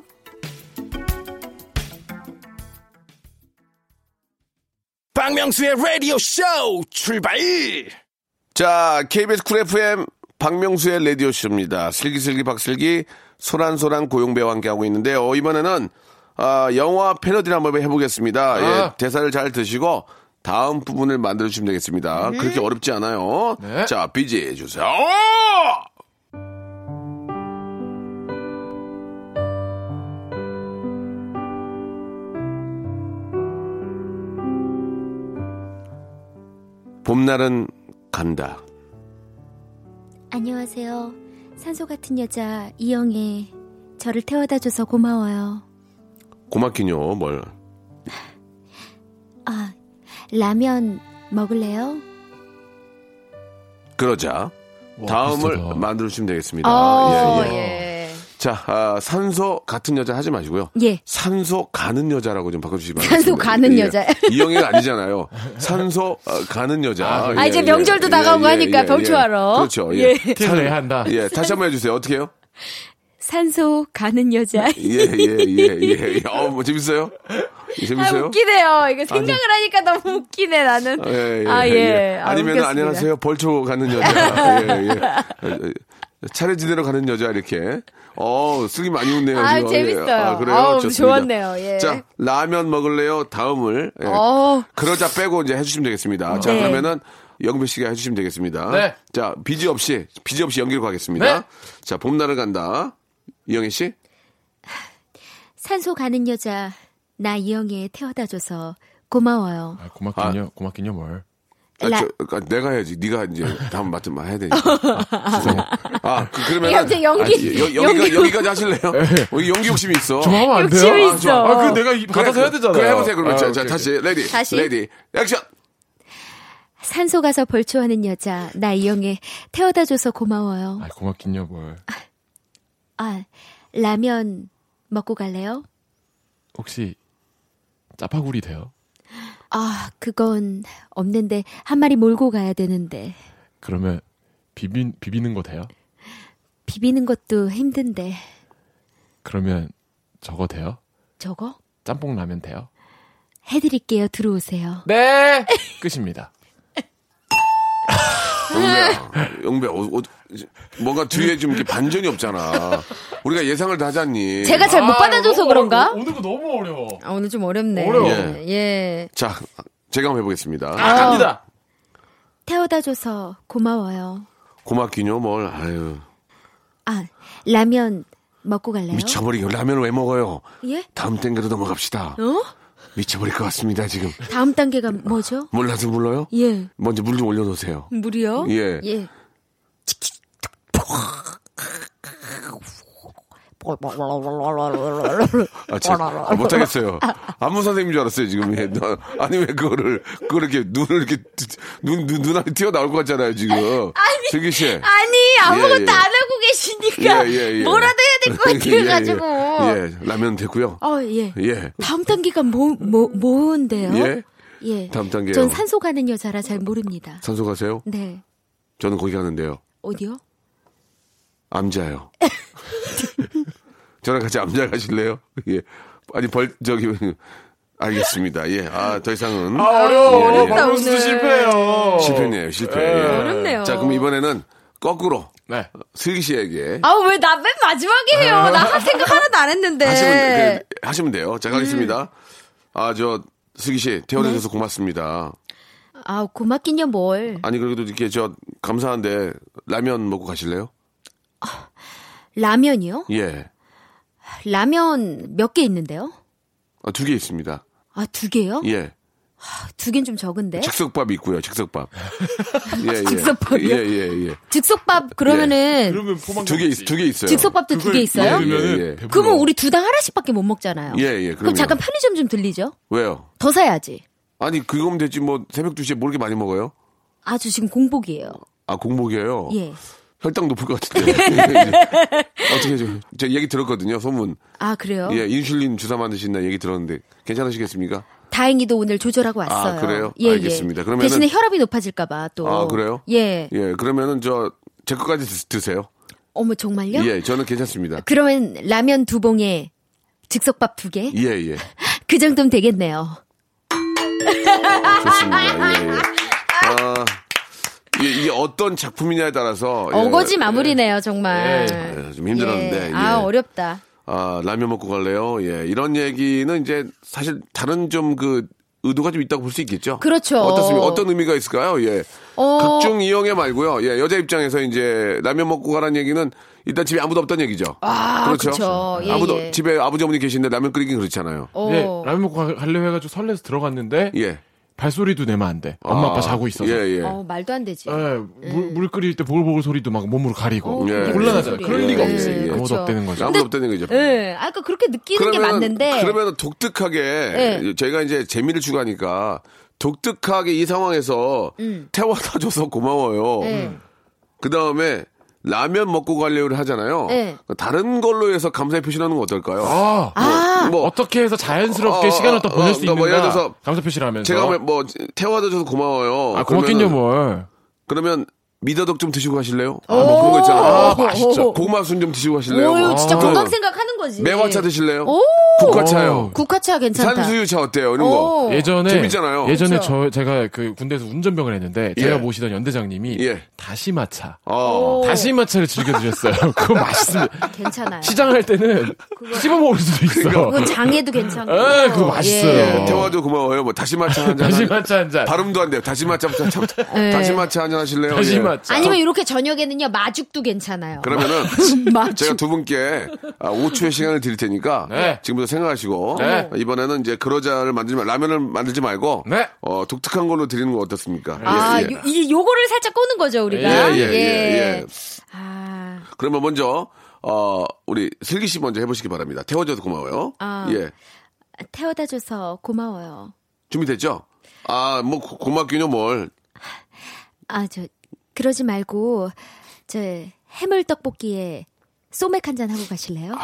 Speaker 1: 박명수의 라디오 쇼 출발!
Speaker 3: 자, KBS 쿨 FM 박명수의 라디오쇼입니다. 슬기슬기 박슬기 소란소란 고용배와 함께하고 있는데요. 이번에는 아, 영화 패러디를 한번 해보겠습니다. 예,
Speaker 2: 아.
Speaker 3: 대사를 잘 드시고 다음 부분을 만들어주시면 되겠습니다. 그렇게 어렵지 않아요.
Speaker 2: 예. 네.
Speaker 3: 자, BJ 주세요. 봄날은 간다.
Speaker 5: 안녕하세요. 산소 같은 여자 이영애. 저를 태워다 줘서 고마워요.
Speaker 3: 고맙긴요, 뭘.
Speaker 5: 아, 라면 먹을래요?
Speaker 3: 그러자
Speaker 2: 와,
Speaker 3: 다음을
Speaker 2: 비슷하다.
Speaker 3: 만들어주시면 되겠습니다.
Speaker 5: 어,
Speaker 3: 예, 예.
Speaker 5: 예.
Speaker 3: 자, 아, 산소 같은 여자 하지 마시고요.
Speaker 5: 예.
Speaker 3: 산소 가는 여자라고 좀 바꿔주시기 바랍니다. 예.
Speaker 5: 산소 가는 여자.
Speaker 3: 이영애가 아니잖아요. 산소 어, 가는 여자. 아,
Speaker 5: 아, 이제 명절도 나가고 하니까 병초하러.
Speaker 3: 예, 그렇죠. 예.
Speaker 2: 어. 티를 내야 한다.
Speaker 3: 예, 다시 한번 해주세요. 어떻게 해요?
Speaker 5: 산소 가는 여자.
Speaker 3: 예, 예, 예, 예. 예. 어, 뭐, 재밌어요?
Speaker 5: 아,
Speaker 3: 재밌어요?
Speaker 5: 웃기네요. 이거 생각을 하니까 너무 웃기네, 나는.
Speaker 3: 아, 예, 예,
Speaker 5: 아, 예. 아,
Speaker 3: 아니면
Speaker 5: 웃겼습니다.
Speaker 3: 안녕하세요. 벌초 가는 여자. 예, 예. 차례지대로 가는 여자 이렇게. 어, 쓰기 많이 웃네요.
Speaker 5: 아,
Speaker 3: 지금.
Speaker 5: 재밌어요.
Speaker 3: 예. 아, 그래요.
Speaker 5: 아우,
Speaker 3: 좋습니다.
Speaker 5: 좋았네요. 예.
Speaker 3: 자, 라면 먹을래요. 다음을. 예.
Speaker 5: 어.
Speaker 3: 그러자 빼고 이제 해주시면 되겠습니다. 자,
Speaker 5: 네.
Speaker 3: 그러면은 영배 씨가 해주시면 되겠습니다.
Speaker 2: 네.
Speaker 3: 자, 비지 없이 비지 없이 연기로 가겠습니다.
Speaker 2: 네.
Speaker 3: 자, 봄날을 간다. 이영애 씨.
Speaker 5: 산소 가는 여자. 나 이영애 태워다 줘서 고마워요.
Speaker 2: 아, 고맙긴요. 고맙긴요 뭘.
Speaker 3: 아,
Speaker 5: 라-
Speaker 3: 저, 아, 내가 해야지. 네가 이제 다음 맡은 말 해야 되니까. 아, 죄송해요. 아, 그, 그러면
Speaker 5: 이제 연기-
Speaker 3: 여, 여기가,
Speaker 5: 연기-
Speaker 3: 여기까지 하실래요? 여기 연기 욕심이 있어.
Speaker 2: 좀 하면 안 돼요?
Speaker 5: 욕심이
Speaker 2: 아,
Speaker 5: 있어.
Speaker 2: 아, 그 내가 이- 받아서 해야 되잖아요.
Speaker 3: 그래 해보세요. 그러면
Speaker 2: 아,
Speaker 3: 자, 자
Speaker 2: 오케이,
Speaker 3: 다시 레디.
Speaker 5: 다시?
Speaker 3: 레디. 액션.
Speaker 5: 산소 가서 벌초하는 여자. 나 이영애 태워다 줘서 고마워요.
Speaker 2: 아, 고맙긴요 뭘.
Speaker 5: 아, 라면 먹고 갈래요?
Speaker 2: 혹시 짜파구리 돼요?
Speaker 5: 아, 그건 없는데 한 마리 몰고 가야 되는데
Speaker 2: 그러면 비빈 비비는 거 돼요?
Speaker 5: 비비는 것도 힘든데
Speaker 2: 그러면 저거 돼요?
Speaker 5: 저거
Speaker 2: 짬뽕 라면 돼요?
Speaker 5: 해드릴게요. 들어오세요.
Speaker 2: 네. 끝입니다.
Speaker 5: 아.
Speaker 3: 영배야. 영배야. 어, 어, 뭔가 뒤에 좀 이렇게 반전이 없잖아. 우리가 예상을 다 하잖니.
Speaker 5: 제가 잘 못 받아줘서 그런가?
Speaker 2: 오늘 거 너무 어려워.
Speaker 5: 아, 오늘 좀 어렵네.
Speaker 2: 어려워.
Speaker 5: 예. 예.
Speaker 3: 자, 제가 한번 해보겠습니다.
Speaker 2: 아, 갑니다.
Speaker 5: 태워다 줘서 고마워요.
Speaker 3: 고맙긴요, 뭘. 아유.
Speaker 5: 아, 라면 먹고 갈래요?
Speaker 3: 미쳐버리게. 라면 왜 먹어요?
Speaker 5: 예?
Speaker 3: 다음 땡겨로 넘어갑시다.
Speaker 5: 어?
Speaker 3: 미쳐버릴 것 같습니다, 지금.
Speaker 5: 다음 단계가 뭐죠?
Speaker 3: 몰라서 불러요?
Speaker 5: 예.
Speaker 3: 먼저 물 좀 올려놓으세요.
Speaker 5: 물이요?
Speaker 3: 예.
Speaker 5: 예.
Speaker 3: 아, 참. 아, 못하겠어요. 안무 선생님 줄 알았어요, 지금. 예. 나- 아니, 왜 그거를, 그걸 이렇게 눈을 이렇게, 띄- 눈, 눈, 눈알이 튀어나올 것 같잖아요, 지금. 슬기 씨.
Speaker 5: 아니 아무것도
Speaker 3: 예, 예.
Speaker 5: 안 하고 계시니까 뭐라도 해야 될 것
Speaker 3: 예, 예.
Speaker 5: 같아가지고.
Speaker 3: 예, 라면 됐고요.
Speaker 5: 어 예.
Speaker 3: 예.
Speaker 5: 다음 단계가 뭐, 뭐, 뭔데요?
Speaker 3: 예?
Speaker 5: 예.
Speaker 3: 다음 단계요.
Speaker 5: 전 산소 가는 여자라 잘 모릅니다.
Speaker 3: 산소 가세요?
Speaker 5: 네.
Speaker 3: 저는 거기 가는데요.
Speaker 5: 어디요?
Speaker 3: 암자요. 저랑 같이 암자 가실래요? 예. 아니, 벌, 저기, 알겠습니다. 예. 아, 더 이상은.
Speaker 2: 아, 어려워.
Speaker 3: 어렵다,
Speaker 2: 박명수
Speaker 5: 오늘.
Speaker 2: 실패요.
Speaker 3: 실패네요, 실패. 예.
Speaker 5: 어렵네요.
Speaker 3: 자, 그럼 이번에는 거꾸로
Speaker 2: 네.
Speaker 3: 슬기 씨에게
Speaker 5: 아우 왜 나 맨 마지막에 해요?
Speaker 3: 아.
Speaker 5: 나 생각 하나도 안 했는데.
Speaker 3: 하시면, 그, 하시면 돼요. 제가
Speaker 5: 음.
Speaker 3: 하겠습니다. 아, 저, 슬기 씨,
Speaker 5: 네.
Speaker 3: 태어나셔서 고맙습니다. 그
Speaker 5: 아우 고맙긴요 뭘.
Speaker 3: 아니, 그래도 이렇게 저, 감사한데, 라면 먹고 가실래요?
Speaker 5: 라면이요?
Speaker 3: 예.
Speaker 5: 라면 몇 개 있는데요?
Speaker 3: 아, 두 개 있습니다.
Speaker 5: 아 두 개요? 아,
Speaker 3: 예.
Speaker 5: 두 개는 좀 적은데.
Speaker 3: 즉석밥 있고요, 즉석밥. 예, 예.
Speaker 5: 즉석밥이요?
Speaker 3: 예, 예, 예.
Speaker 5: 즉석밥 그러면은
Speaker 2: 그러면 포만
Speaker 3: 두 개, 있- 두 개 있어요.
Speaker 5: 즉석밥도 두 개 있어요?
Speaker 3: 예,
Speaker 2: 그러면
Speaker 3: 예.
Speaker 5: 그러면 우리 두 당 하나씩밖에 못 먹잖아요.
Speaker 3: 예, 예.
Speaker 5: 그럼
Speaker 3: 그럼요.
Speaker 5: 잠깐 편의점 좀 들리죠?
Speaker 3: 왜요?
Speaker 5: 더 사야지.
Speaker 3: 아니, 그거면 되지, 뭐, 새벽 2시에 뭘 이렇게 많이 먹어요?
Speaker 5: 아주 지금 공복이에요.
Speaker 3: 아, 공복이에요?
Speaker 5: 예.
Speaker 3: 혈당 높을 것 같은데. 예. 어떻게 좀, 제가 얘기 들었거든요, 소문.
Speaker 5: 아 그래요?
Speaker 3: 예, 인슐린 주사 만드신다 얘기 들었는데, 괜찮으시겠습니까?
Speaker 5: 다행히도 오늘 조절하고 왔어요.
Speaker 3: 아, 그래요?
Speaker 5: 예,
Speaker 3: 알겠습니다.
Speaker 5: 예.
Speaker 3: 그러면은-
Speaker 5: 대신에 혈압이 높아질까봐 또.
Speaker 3: 아, 그래요?
Speaker 5: 예.
Speaker 3: 예, 그러면은 저, 제 것까지 드- 드세요.
Speaker 5: 어머 정말요?
Speaker 3: 예, 저는 괜찮습니다.
Speaker 5: 그러면 라면 두 봉에 즉석밥 두 개?
Speaker 3: 예, 예.
Speaker 5: 그 정도면 되겠네요.
Speaker 3: 좋습니다. 예, 예. 아, 예, 이게 어떤 작품이냐에 따라서. 예,
Speaker 5: 어거지 마무리네요 정말.
Speaker 3: 예, 좀 힘들었는데. 예.
Speaker 5: 아 어렵다.
Speaker 3: 아, 라면 먹고 갈래요? 예. 이런 얘기는 이제 사실 다른 좀 그 의도가 좀 있다고 볼 수 있겠죠?
Speaker 5: 그렇죠.
Speaker 3: 어떻습니까? 어떤 의미가 있을까요? 예.
Speaker 5: 어.
Speaker 3: 극중 이용해 말고요. 예. 여자 입장에서 이제 라면 먹고 가라는 얘기는 일단 집에 아무도 없다는 얘기죠.
Speaker 5: 아,
Speaker 3: 그렇죠.
Speaker 5: 그쵸. 예,
Speaker 3: 아무도
Speaker 5: 예.
Speaker 3: 집에 아버지 어머니 계신데 라면 끓이긴 그렇잖아요.
Speaker 5: 어.
Speaker 2: 예, 라면 먹고 가- 가려고 해가지고 설레서 들어갔는데
Speaker 3: 예.
Speaker 2: 발소리도 내면 안 돼. 엄마
Speaker 3: 아,
Speaker 2: 아빠 자고 있어서.
Speaker 3: 예, 예.
Speaker 5: 어, 말도 안 되지.
Speaker 2: 예, 물, 물 끓일 때 보글보글 소리도 막 몸으로 가리고
Speaker 5: 어,
Speaker 3: 예.
Speaker 2: 곤란하잖아요.
Speaker 5: 예,
Speaker 2: 그럴
Speaker 5: 예,
Speaker 2: 리가
Speaker 5: 예,
Speaker 2: 없어요.
Speaker 5: 예,
Speaker 2: 아무도
Speaker 5: 그렇죠.
Speaker 2: 없다는 거죠.
Speaker 3: 아무도 없다는 얘기죠.
Speaker 5: 예, 아까 그렇게 느끼는 게 맞는데. 예.
Speaker 3: 그러면 독특하게 저희가 이제 재미를 추구하니까 독특하게 이 상황에서 태워다 줘서 고마워요.
Speaker 5: 음. 예.
Speaker 3: 그 다음에 라면 먹고 갈래요를 하잖아요.
Speaker 5: 네.
Speaker 3: 다른 걸로 해서 감사의 표시를 하는 건 어떨까요?
Speaker 2: 아,
Speaker 5: 아,
Speaker 3: 뭐
Speaker 2: 어떻게 해서 자연스럽게
Speaker 3: 어,
Speaker 2: 시간을 또
Speaker 3: 어,
Speaker 2: 보낼 수
Speaker 3: 그러니까 뭐
Speaker 2: 있는가?
Speaker 3: 예를 들어서
Speaker 2: 감사 표시를 하면서.
Speaker 3: 제가 뭐, 뭐 태워다 줘서 고마워요.
Speaker 2: 아, 고맙긴요,
Speaker 3: 그러면은-
Speaker 2: 뭘.
Speaker 3: 그러면 미더덕 좀 드시고 가실래요? 아, 뭐 그런 거 있잖아. 요
Speaker 5: 오, 맛있죠.
Speaker 3: 고구마순 좀 드시고 가실래요?
Speaker 5: 오,
Speaker 3: 뭐.
Speaker 5: 진짜
Speaker 3: 아.
Speaker 5: 건강 생각하는 거지.
Speaker 3: 매화차 드실래요?
Speaker 5: 오,
Speaker 3: 국화차요.
Speaker 5: 국화차 괜찮다.
Speaker 3: 산수유차 어때요? 이런 거.
Speaker 5: 오.
Speaker 2: 예전에
Speaker 3: 재밌잖아요.
Speaker 2: 예전에
Speaker 5: 그렇죠.
Speaker 2: 저 제가 그 군대에서 운전병을 했는데
Speaker 3: 예.
Speaker 2: 제가 모시던 연대장님이
Speaker 3: 예.
Speaker 2: 다시마차
Speaker 3: 어.
Speaker 2: 다시마차를 즐겨 드셨어요. 그거 맛있습니다.
Speaker 5: 괜찮아요.
Speaker 2: 시장 할 때는 씹어 먹을 수도 있어.
Speaker 5: 그거 장에도 괜찮고.
Speaker 2: 에, 그거 맛있어요.
Speaker 5: 예.
Speaker 3: 태워도 고마워요. 뭐 다시마차 한잔.
Speaker 2: 다시마차 한 잔.
Speaker 3: 발음도 안 돼요. 다시마차 참, 참,
Speaker 5: 네.
Speaker 3: 다시마차 한잔 하실래요?
Speaker 2: 다시마차.
Speaker 5: 아니면 이렇게 저녁에는요 마죽도 괜찮아요.
Speaker 3: 예. 그러면은
Speaker 5: 마죽.
Speaker 3: 제가 두 분께 아, 5초의 시간을 드릴 테니까
Speaker 2: 네.
Speaker 3: 지금부터 생각하시고
Speaker 2: 네.
Speaker 3: 이번에는 이제 그러자를 만들지 말 라면을 만들지 말고
Speaker 2: 네.
Speaker 3: 어, 독특한 걸로 드리는 거 어떻습니까?
Speaker 5: 아,
Speaker 3: 예, 예.
Speaker 5: 요, 이 요거를 살짝 꼬는 거죠 우리가.
Speaker 2: 아,
Speaker 3: 예, 예, 예, 예.
Speaker 5: 아,
Speaker 3: 그러면 먼저 어, 우리 슬기 씨 먼저 해보시기 바랍니다. 태워줘서 고마워요.
Speaker 5: 아.
Speaker 3: 예
Speaker 5: 태워다 줘서 고마워요.
Speaker 3: 준비됐죠? 아뭐 고맙긴요 뭘.
Speaker 5: 아, 저 그러지 말고 저 해물 떡볶이에 소맥 한 잔 하고 가실래요?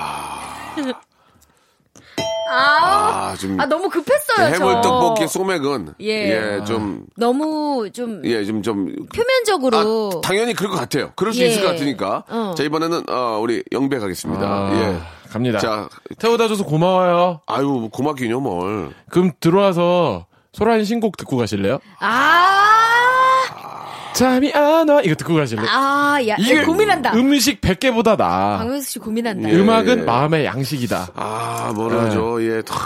Speaker 5: 아,
Speaker 3: 아 좀.
Speaker 5: 아 너무 급했어요. 저.
Speaker 3: 네, 해물떡볶이 소맥은
Speaker 5: 예.
Speaker 3: 예좀
Speaker 5: 너무
Speaker 2: 아.
Speaker 5: 좀
Speaker 3: 예, 좀, 좀.
Speaker 5: 표면적으로
Speaker 3: 아, 당연히 그럴 것 같아요. 그럴 수
Speaker 5: 예.
Speaker 3: 있을 것 같으니까.
Speaker 5: 어.
Speaker 3: 자, 이번에는, 어, 우리 영배 가겠습니다.
Speaker 2: 아,
Speaker 3: 예.
Speaker 2: 갑니다.
Speaker 3: 자,
Speaker 2: 태워다 줘서 고마워요.
Speaker 3: 아유, 뭐 고맙긴요, 뭘.
Speaker 2: 그럼 들어와서 소라인 신곡 듣고 가실래요?
Speaker 5: 아,
Speaker 2: 잠이 안 와 이거 듣고 가실래요?
Speaker 5: 아, 야,
Speaker 2: 이게
Speaker 5: 고민한다.
Speaker 2: 음식 100개보다 나아.
Speaker 5: 박명수 씨 고민한다.
Speaker 2: 음악은 마음의 양식이다.
Speaker 3: 예, 아, 뭐라죠. 예, 탁,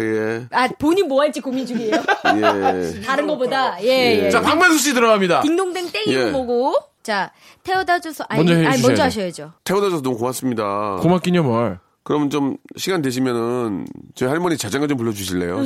Speaker 3: 예.
Speaker 5: 아, 본인 뭐 할지 고민 중이에요.
Speaker 3: 예.
Speaker 5: 다른 거보다. 예, 예.
Speaker 2: 자, 박만수 씨 들어갑니다.
Speaker 5: 딩동댕 땡이고
Speaker 3: 예.
Speaker 5: 뭐고. 자, 태워다 줘서 아니,
Speaker 2: 먼저
Speaker 5: 아니
Speaker 2: 해주셔야
Speaker 5: 먼저
Speaker 2: 돼요.
Speaker 5: 하셔야죠.
Speaker 3: 태워다줘서 너무 고맙습니다.
Speaker 2: 고맙긴요, 뭘.
Speaker 3: 그럼 좀, 시간 되시면은, 저희 할머니 자장가 좀 불러주실래요?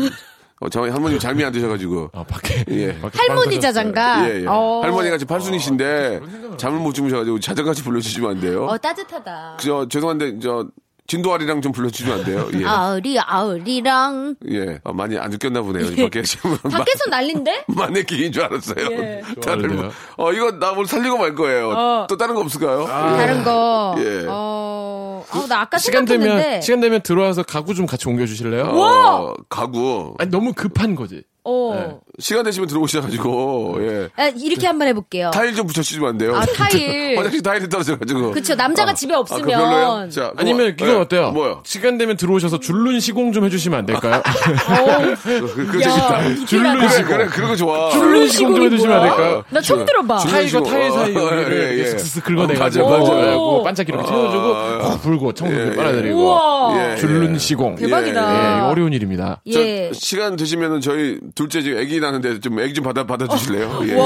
Speaker 3: 어, 저희 할머니 잠이 안 드셔가지고.
Speaker 2: 아, 밖에.
Speaker 3: 예.
Speaker 2: 밖에
Speaker 5: 할머니
Speaker 2: 빵 터졌어요.
Speaker 5: 자장가.
Speaker 3: 예, 예.
Speaker 5: 어.
Speaker 3: 할머니가 지금 팔순이신데, 잠을 못 주무셔가지고 자장가지 불러주시면 안 돼요?
Speaker 5: 어, 따뜻하다.
Speaker 3: 저, 죄송한데, 저, 진도아리랑 좀 불러주시면 안 돼요? 예.
Speaker 5: 아으리 아으리랑
Speaker 3: 예. 아, 많이 안 웃겼나 보네요. 밖에 지금.
Speaker 5: 예. 밖에서 난린데?
Speaker 3: 마네킹인 줄 알았어요.
Speaker 5: 예.
Speaker 3: 다들 뭐,
Speaker 2: 좋아하는데요?
Speaker 3: 어, 이거 나 오늘 살리고 말 거예요. 또 다른 거 없을까요?
Speaker 5: 어.
Speaker 2: 아.
Speaker 5: 다른 거.
Speaker 3: 예.
Speaker 5: 어. 아, 나 아까
Speaker 2: 시간
Speaker 5: 생각했는데. 뭐?
Speaker 2: 되면, 시간 되면 들어와서 가구 좀 같이 옮겨주실래요?
Speaker 3: 어, 가구.
Speaker 2: 아니, 너무 급한 거지.
Speaker 5: 어.
Speaker 2: 네.
Speaker 3: 시간 되시면 들어오셔가지고 예.
Speaker 5: 아, 이렇게 한번 해볼게요.
Speaker 3: 타일 좀 붙여주시면 안 돼요?
Speaker 5: 아, 타일.
Speaker 3: 화장실 타일이 떨어져가지고.
Speaker 5: 그쵸, 남자가
Speaker 3: 아,
Speaker 5: 집에
Speaker 3: 아,
Speaker 5: 없으면.
Speaker 3: 그거 별로예요? 자, 그거
Speaker 2: 아니면
Speaker 3: 뭐-
Speaker 2: 이건
Speaker 3: 예,
Speaker 2: 어때요?
Speaker 3: 뭐요?
Speaker 2: 시간 되면 들어오셔서 줄눈 시공 좀 해주시면 안 될까요?
Speaker 5: 어우,
Speaker 3: 그, 그, 재밌다.
Speaker 5: 야, 디테일하다.
Speaker 2: 줄눈
Speaker 3: 그래,
Speaker 2: 시공.
Speaker 3: 그래, 그런 거 좋아.
Speaker 5: 줄눈
Speaker 2: 줄눈 시공 좀
Speaker 5: 시공이
Speaker 2: 해주시면 안
Speaker 5: 뭐야?
Speaker 2: 될까요?
Speaker 5: 나 처음 들어봐.
Speaker 3: 줄눈
Speaker 2: 타이거
Speaker 3: 시공.
Speaker 2: 타이 사이
Speaker 3: 어, 예, 예.
Speaker 2: 여기를 슥슥
Speaker 3: 맞아요,
Speaker 2: 긁어내가지고
Speaker 3: 맞아요.
Speaker 2: 뭐 반짝 이렇게 채워주고 확 불고 청소기
Speaker 3: 예,
Speaker 2: 빨아들이고
Speaker 5: 우와.
Speaker 3: 예, 예.
Speaker 2: 줄눈 시공. 예,
Speaker 5: 대박이다.
Speaker 2: 이거 어려운 일입니다.
Speaker 5: 예.
Speaker 3: 저, 시간 되시면은 저희 둘째 지금 아기 나는데 좀 아기 좀 받아 받아 주실래요? 예.
Speaker 5: 어.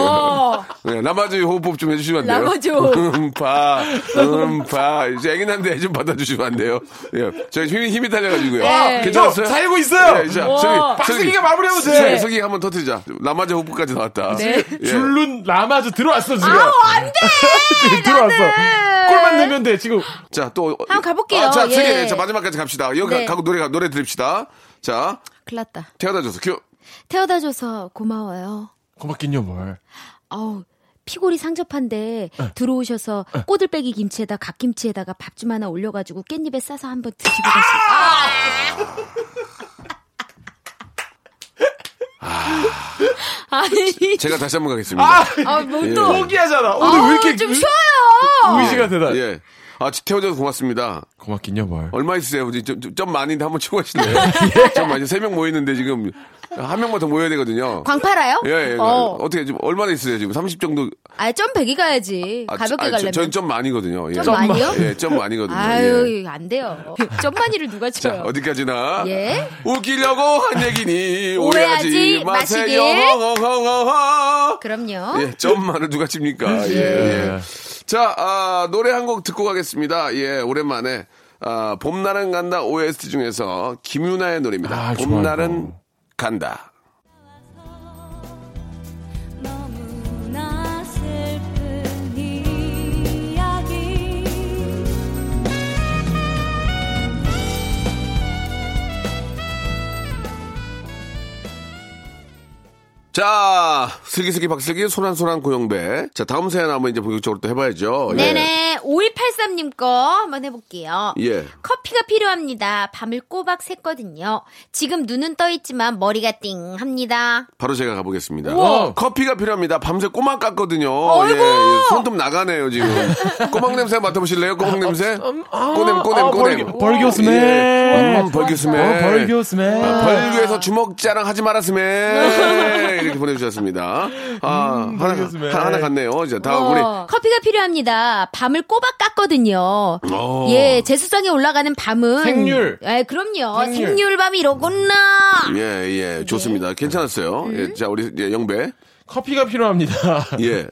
Speaker 5: 와.
Speaker 3: 예, 라마즈 호흡법 좀 해주시면 안 돼요?
Speaker 5: 라마즈 호흡.
Speaker 3: 음파, 음파. 이제 아기 나는데 애좀 받아주시면 안 돼요? 예, 저희 힘이 힘이 달려가지고요.
Speaker 2: 아,
Speaker 3: 아,
Speaker 5: 예.
Speaker 3: 괜찮았어요?
Speaker 2: 살고 있어요.
Speaker 3: 예, 자,
Speaker 5: 와.
Speaker 3: 저기
Speaker 2: 박승희가 마무리하면 돼.
Speaker 3: 네. 석이 한번 터뜨리자. 라마즈 호흡까지 나왔다.
Speaker 5: 네.
Speaker 3: 예.
Speaker 2: 줄눈 라마즈 들어왔어 지금.
Speaker 5: 아우, 안 돼!
Speaker 2: 지금 들어왔어.
Speaker 5: 나는.
Speaker 2: 골만 넣으면 돼 지금.
Speaker 3: 자, 또
Speaker 5: 한번 가볼게요.
Speaker 3: 아, 자,
Speaker 5: 예.
Speaker 3: 세계 자, 마지막까지 갑시다. 여기
Speaker 5: 네.
Speaker 3: 가고 노래 가 노래 드립시다. 자,
Speaker 5: 큰일 났다.
Speaker 3: 태어나 줘서 큐.
Speaker 5: 태워다 줘서 고마워요.
Speaker 2: 고맙긴요 뭘.
Speaker 5: 아우 피골이 상접한데
Speaker 3: 예.
Speaker 5: 들어오셔서 꼬들빼기 김치에다 갓김치에다가 밥 좀 하나 올려가지고 깻잎에 싸서 한번 드시고 가세요. 아! 아니,
Speaker 3: 제가 다시 한번 가겠습니다.
Speaker 5: 아,
Speaker 3: 예.
Speaker 5: 뭘 또.
Speaker 2: 포기하잖아. 오늘
Speaker 5: 아,
Speaker 2: 왜 이렇게
Speaker 5: 좀
Speaker 2: 의-
Speaker 5: 쉬어요!
Speaker 2: 의지가 대단.
Speaker 3: 예. 아, 태워줘서 고맙습니다.
Speaker 2: 고맙긴요 뭘.
Speaker 3: 얼마 있으세요? 이제 좀, 좀, 좀 많이인데 한번 치고 가실래요?
Speaker 2: 예.
Speaker 3: 좀 많이, 세 명 모이는데 지금 한 명만 더 모여야 되거든요.
Speaker 5: 광팔아요?
Speaker 3: 예, 예.
Speaker 5: 어.
Speaker 3: 어. 떻게 지금 얼마나 있으세요? 지금 30 정도.
Speaker 5: 아, 점 배기 가야지.
Speaker 3: 아,
Speaker 5: 가볍게 가려면.
Speaker 3: 전좀 많이거든요. 예.
Speaker 5: 좀 많이요?
Speaker 3: 예, 좀 많이거든요. 예.
Speaker 5: 아유, 안 돼요. 점만이를 누가
Speaker 3: 자,
Speaker 5: 쳐요.
Speaker 3: 어디까지나.
Speaker 5: 예.
Speaker 3: 웃기려고 한 얘기니
Speaker 5: 오해하지
Speaker 3: 오해하지 마세요.
Speaker 5: 마시길.
Speaker 3: 허허허허.
Speaker 5: 그럼요.
Speaker 3: 예, 점만을 누가
Speaker 5: 음.
Speaker 3: 칩니까? 예. 예. 자, 아, 노래 한 곡 듣고 가겠습니다. 예, 오랜만에. 아, 봄날은 간다 OST 중에서 김유나의 노래입니다.
Speaker 2: 아, 좋아요.
Speaker 3: 봄날은 간다.
Speaker 7: 너무나 슬픈 이야기
Speaker 3: 자, 슬기슬기 박슬기, 소란소란 고영배. 자, 다음 사연 한번 이제 본격적으로 또 해봐야죠. 예.
Speaker 5: 네네. 5183님 거 한번 해볼게요.
Speaker 3: 예.
Speaker 5: 커피가 필요합니다. 밤을 꼬박 샜거든요. 지금 눈은 떠있지만 머리가 띵 합니다.
Speaker 3: 바로 제가 가보겠습니다.
Speaker 2: 우와.
Speaker 3: 커피가 필요합니다. 밤새 꼬막 깠거든요. 예,
Speaker 5: 어이구.
Speaker 3: 손톱 나가네요, 지금. 꼬막 냄새 맡아보실래요? 꼬막 냄새? 꼬냄,
Speaker 2: 아,
Speaker 3: 꼬냄,
Speaker 2: 벌-
Speaker 3: 꼬냄.
Speaker 2: 벌교스맨.
Speaker 3: 예. 음, 벌교스맨.
Speaker 2: 어, 벌교스맨.
Speaker 3: 아, 벌교에서 주먹 자랑 하지 말았으면 이렇게 보내주셨습니다. 아, 하나,
Speaker 2: 벌교스맨.
Speaker 3: 하나, 하나 갔네요. 이제 다음 아, 우리.
Speaker 5: 어, 커피가 필요합니다. 밤을 꼬박 깠거든요.
Speaker 3: 어.
Speaker 5: 예, 제수상에 올라가는 밤은
Speaker 2: 생률.
Speaker 5: 예, 그럼요.
Speaker 2: 생률.
Speaker 5: 생률 밤이 이러구나.
Speaker 3: 예, 예, 좋습니다. 괜찮았어요. 예, 자, 우리 예, 영배.
Speaker 2: 커피가 필요합니다.
Speaker 3: 예.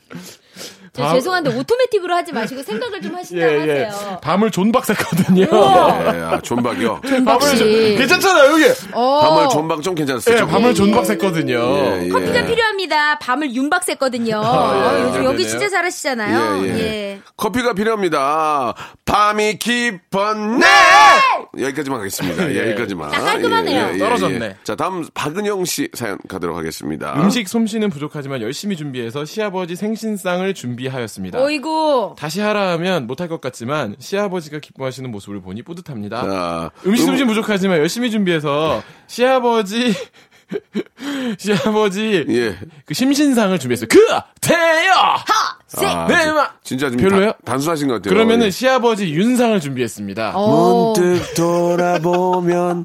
Speaker 5: 저
Speaker 2: 밤-
Speaker 5: 죄송한데 오토매틱으로 하지 마시고 생각을 좀 하신다고 하세요.
Speaker 2: 예, 밤을 존박 샜거든요.
Speaker 3: 예, 아, 존박이요.
Speaker 2: 밤을
Speaker 5: 혹시.
Speaker 2: 존- 괜찮잖아요, 여기.
Speaker 5: 어.
Speaker 3: 밤을 존박 좀 괜찮았어요.
Speaker 2: 예,
Speaker 3: 조금.
Speaker 2: 밤을 존박 샜거든요.
Speaker 3: 예, 예.
Speaker 5: 커피가 필요합니다. 밤을 윤박 샜거든요. 어, 요즘 여기
Speaker 2: 그러네요.
Speaker 5: 진짜 잘하시잖아요.
Speaker 3: 예, 예.
Speaker 5: 예.
Speaker 3: 커피가 필요합니다. 밤이 깊었네! 여기까지만 가겠습니다. 예,
Speaker 2: 예.
Speaker 3: 여기까지만. 예,
Speaker 5: 딱 깔끔하네요.
Speaker 2: 떨어졌네.
Speaker 3: 자, 다음 박은영 씨 사연 가도록 하겠습니다.
Speaker 2: 음식 솜씨는 부족하지만 열심히 준비해서 시아버지 생신상을 준비하였습니다.
Speaker 5: 어이구.
Speaker 2: 다시 하라 하면 못할 것 같지만 시아버지가 기뻐하시는 모습을 보니 뿌듯합니다.
Speaker 3: 자,
Speaker 2: 음식
Speaker 3: 음-
Speaker 2: 솜씨는 부족하지만 열심히 준비해서 시아버지 시아버지
Speaker 3: 예.
Speaker 2: 그 심신상을 준비했어요. 그 태요.
Speaker 5: 세.
Speaker 3: 아,
Speaker 2: 네,
Speaker 3: 지-
Speaker 2: 마-
Speaker 3: 진짜 좀
Speaker 2: 별로예요?
Speaker 3: 다- 단순하신 것 같아요.
Speaker 2: 그러면은
Speaker 3: 예.
Speaker 2: 시아버지 윤상을 준비했습니다.
Speaker 5: 어.
Speaker 3: 돌아보면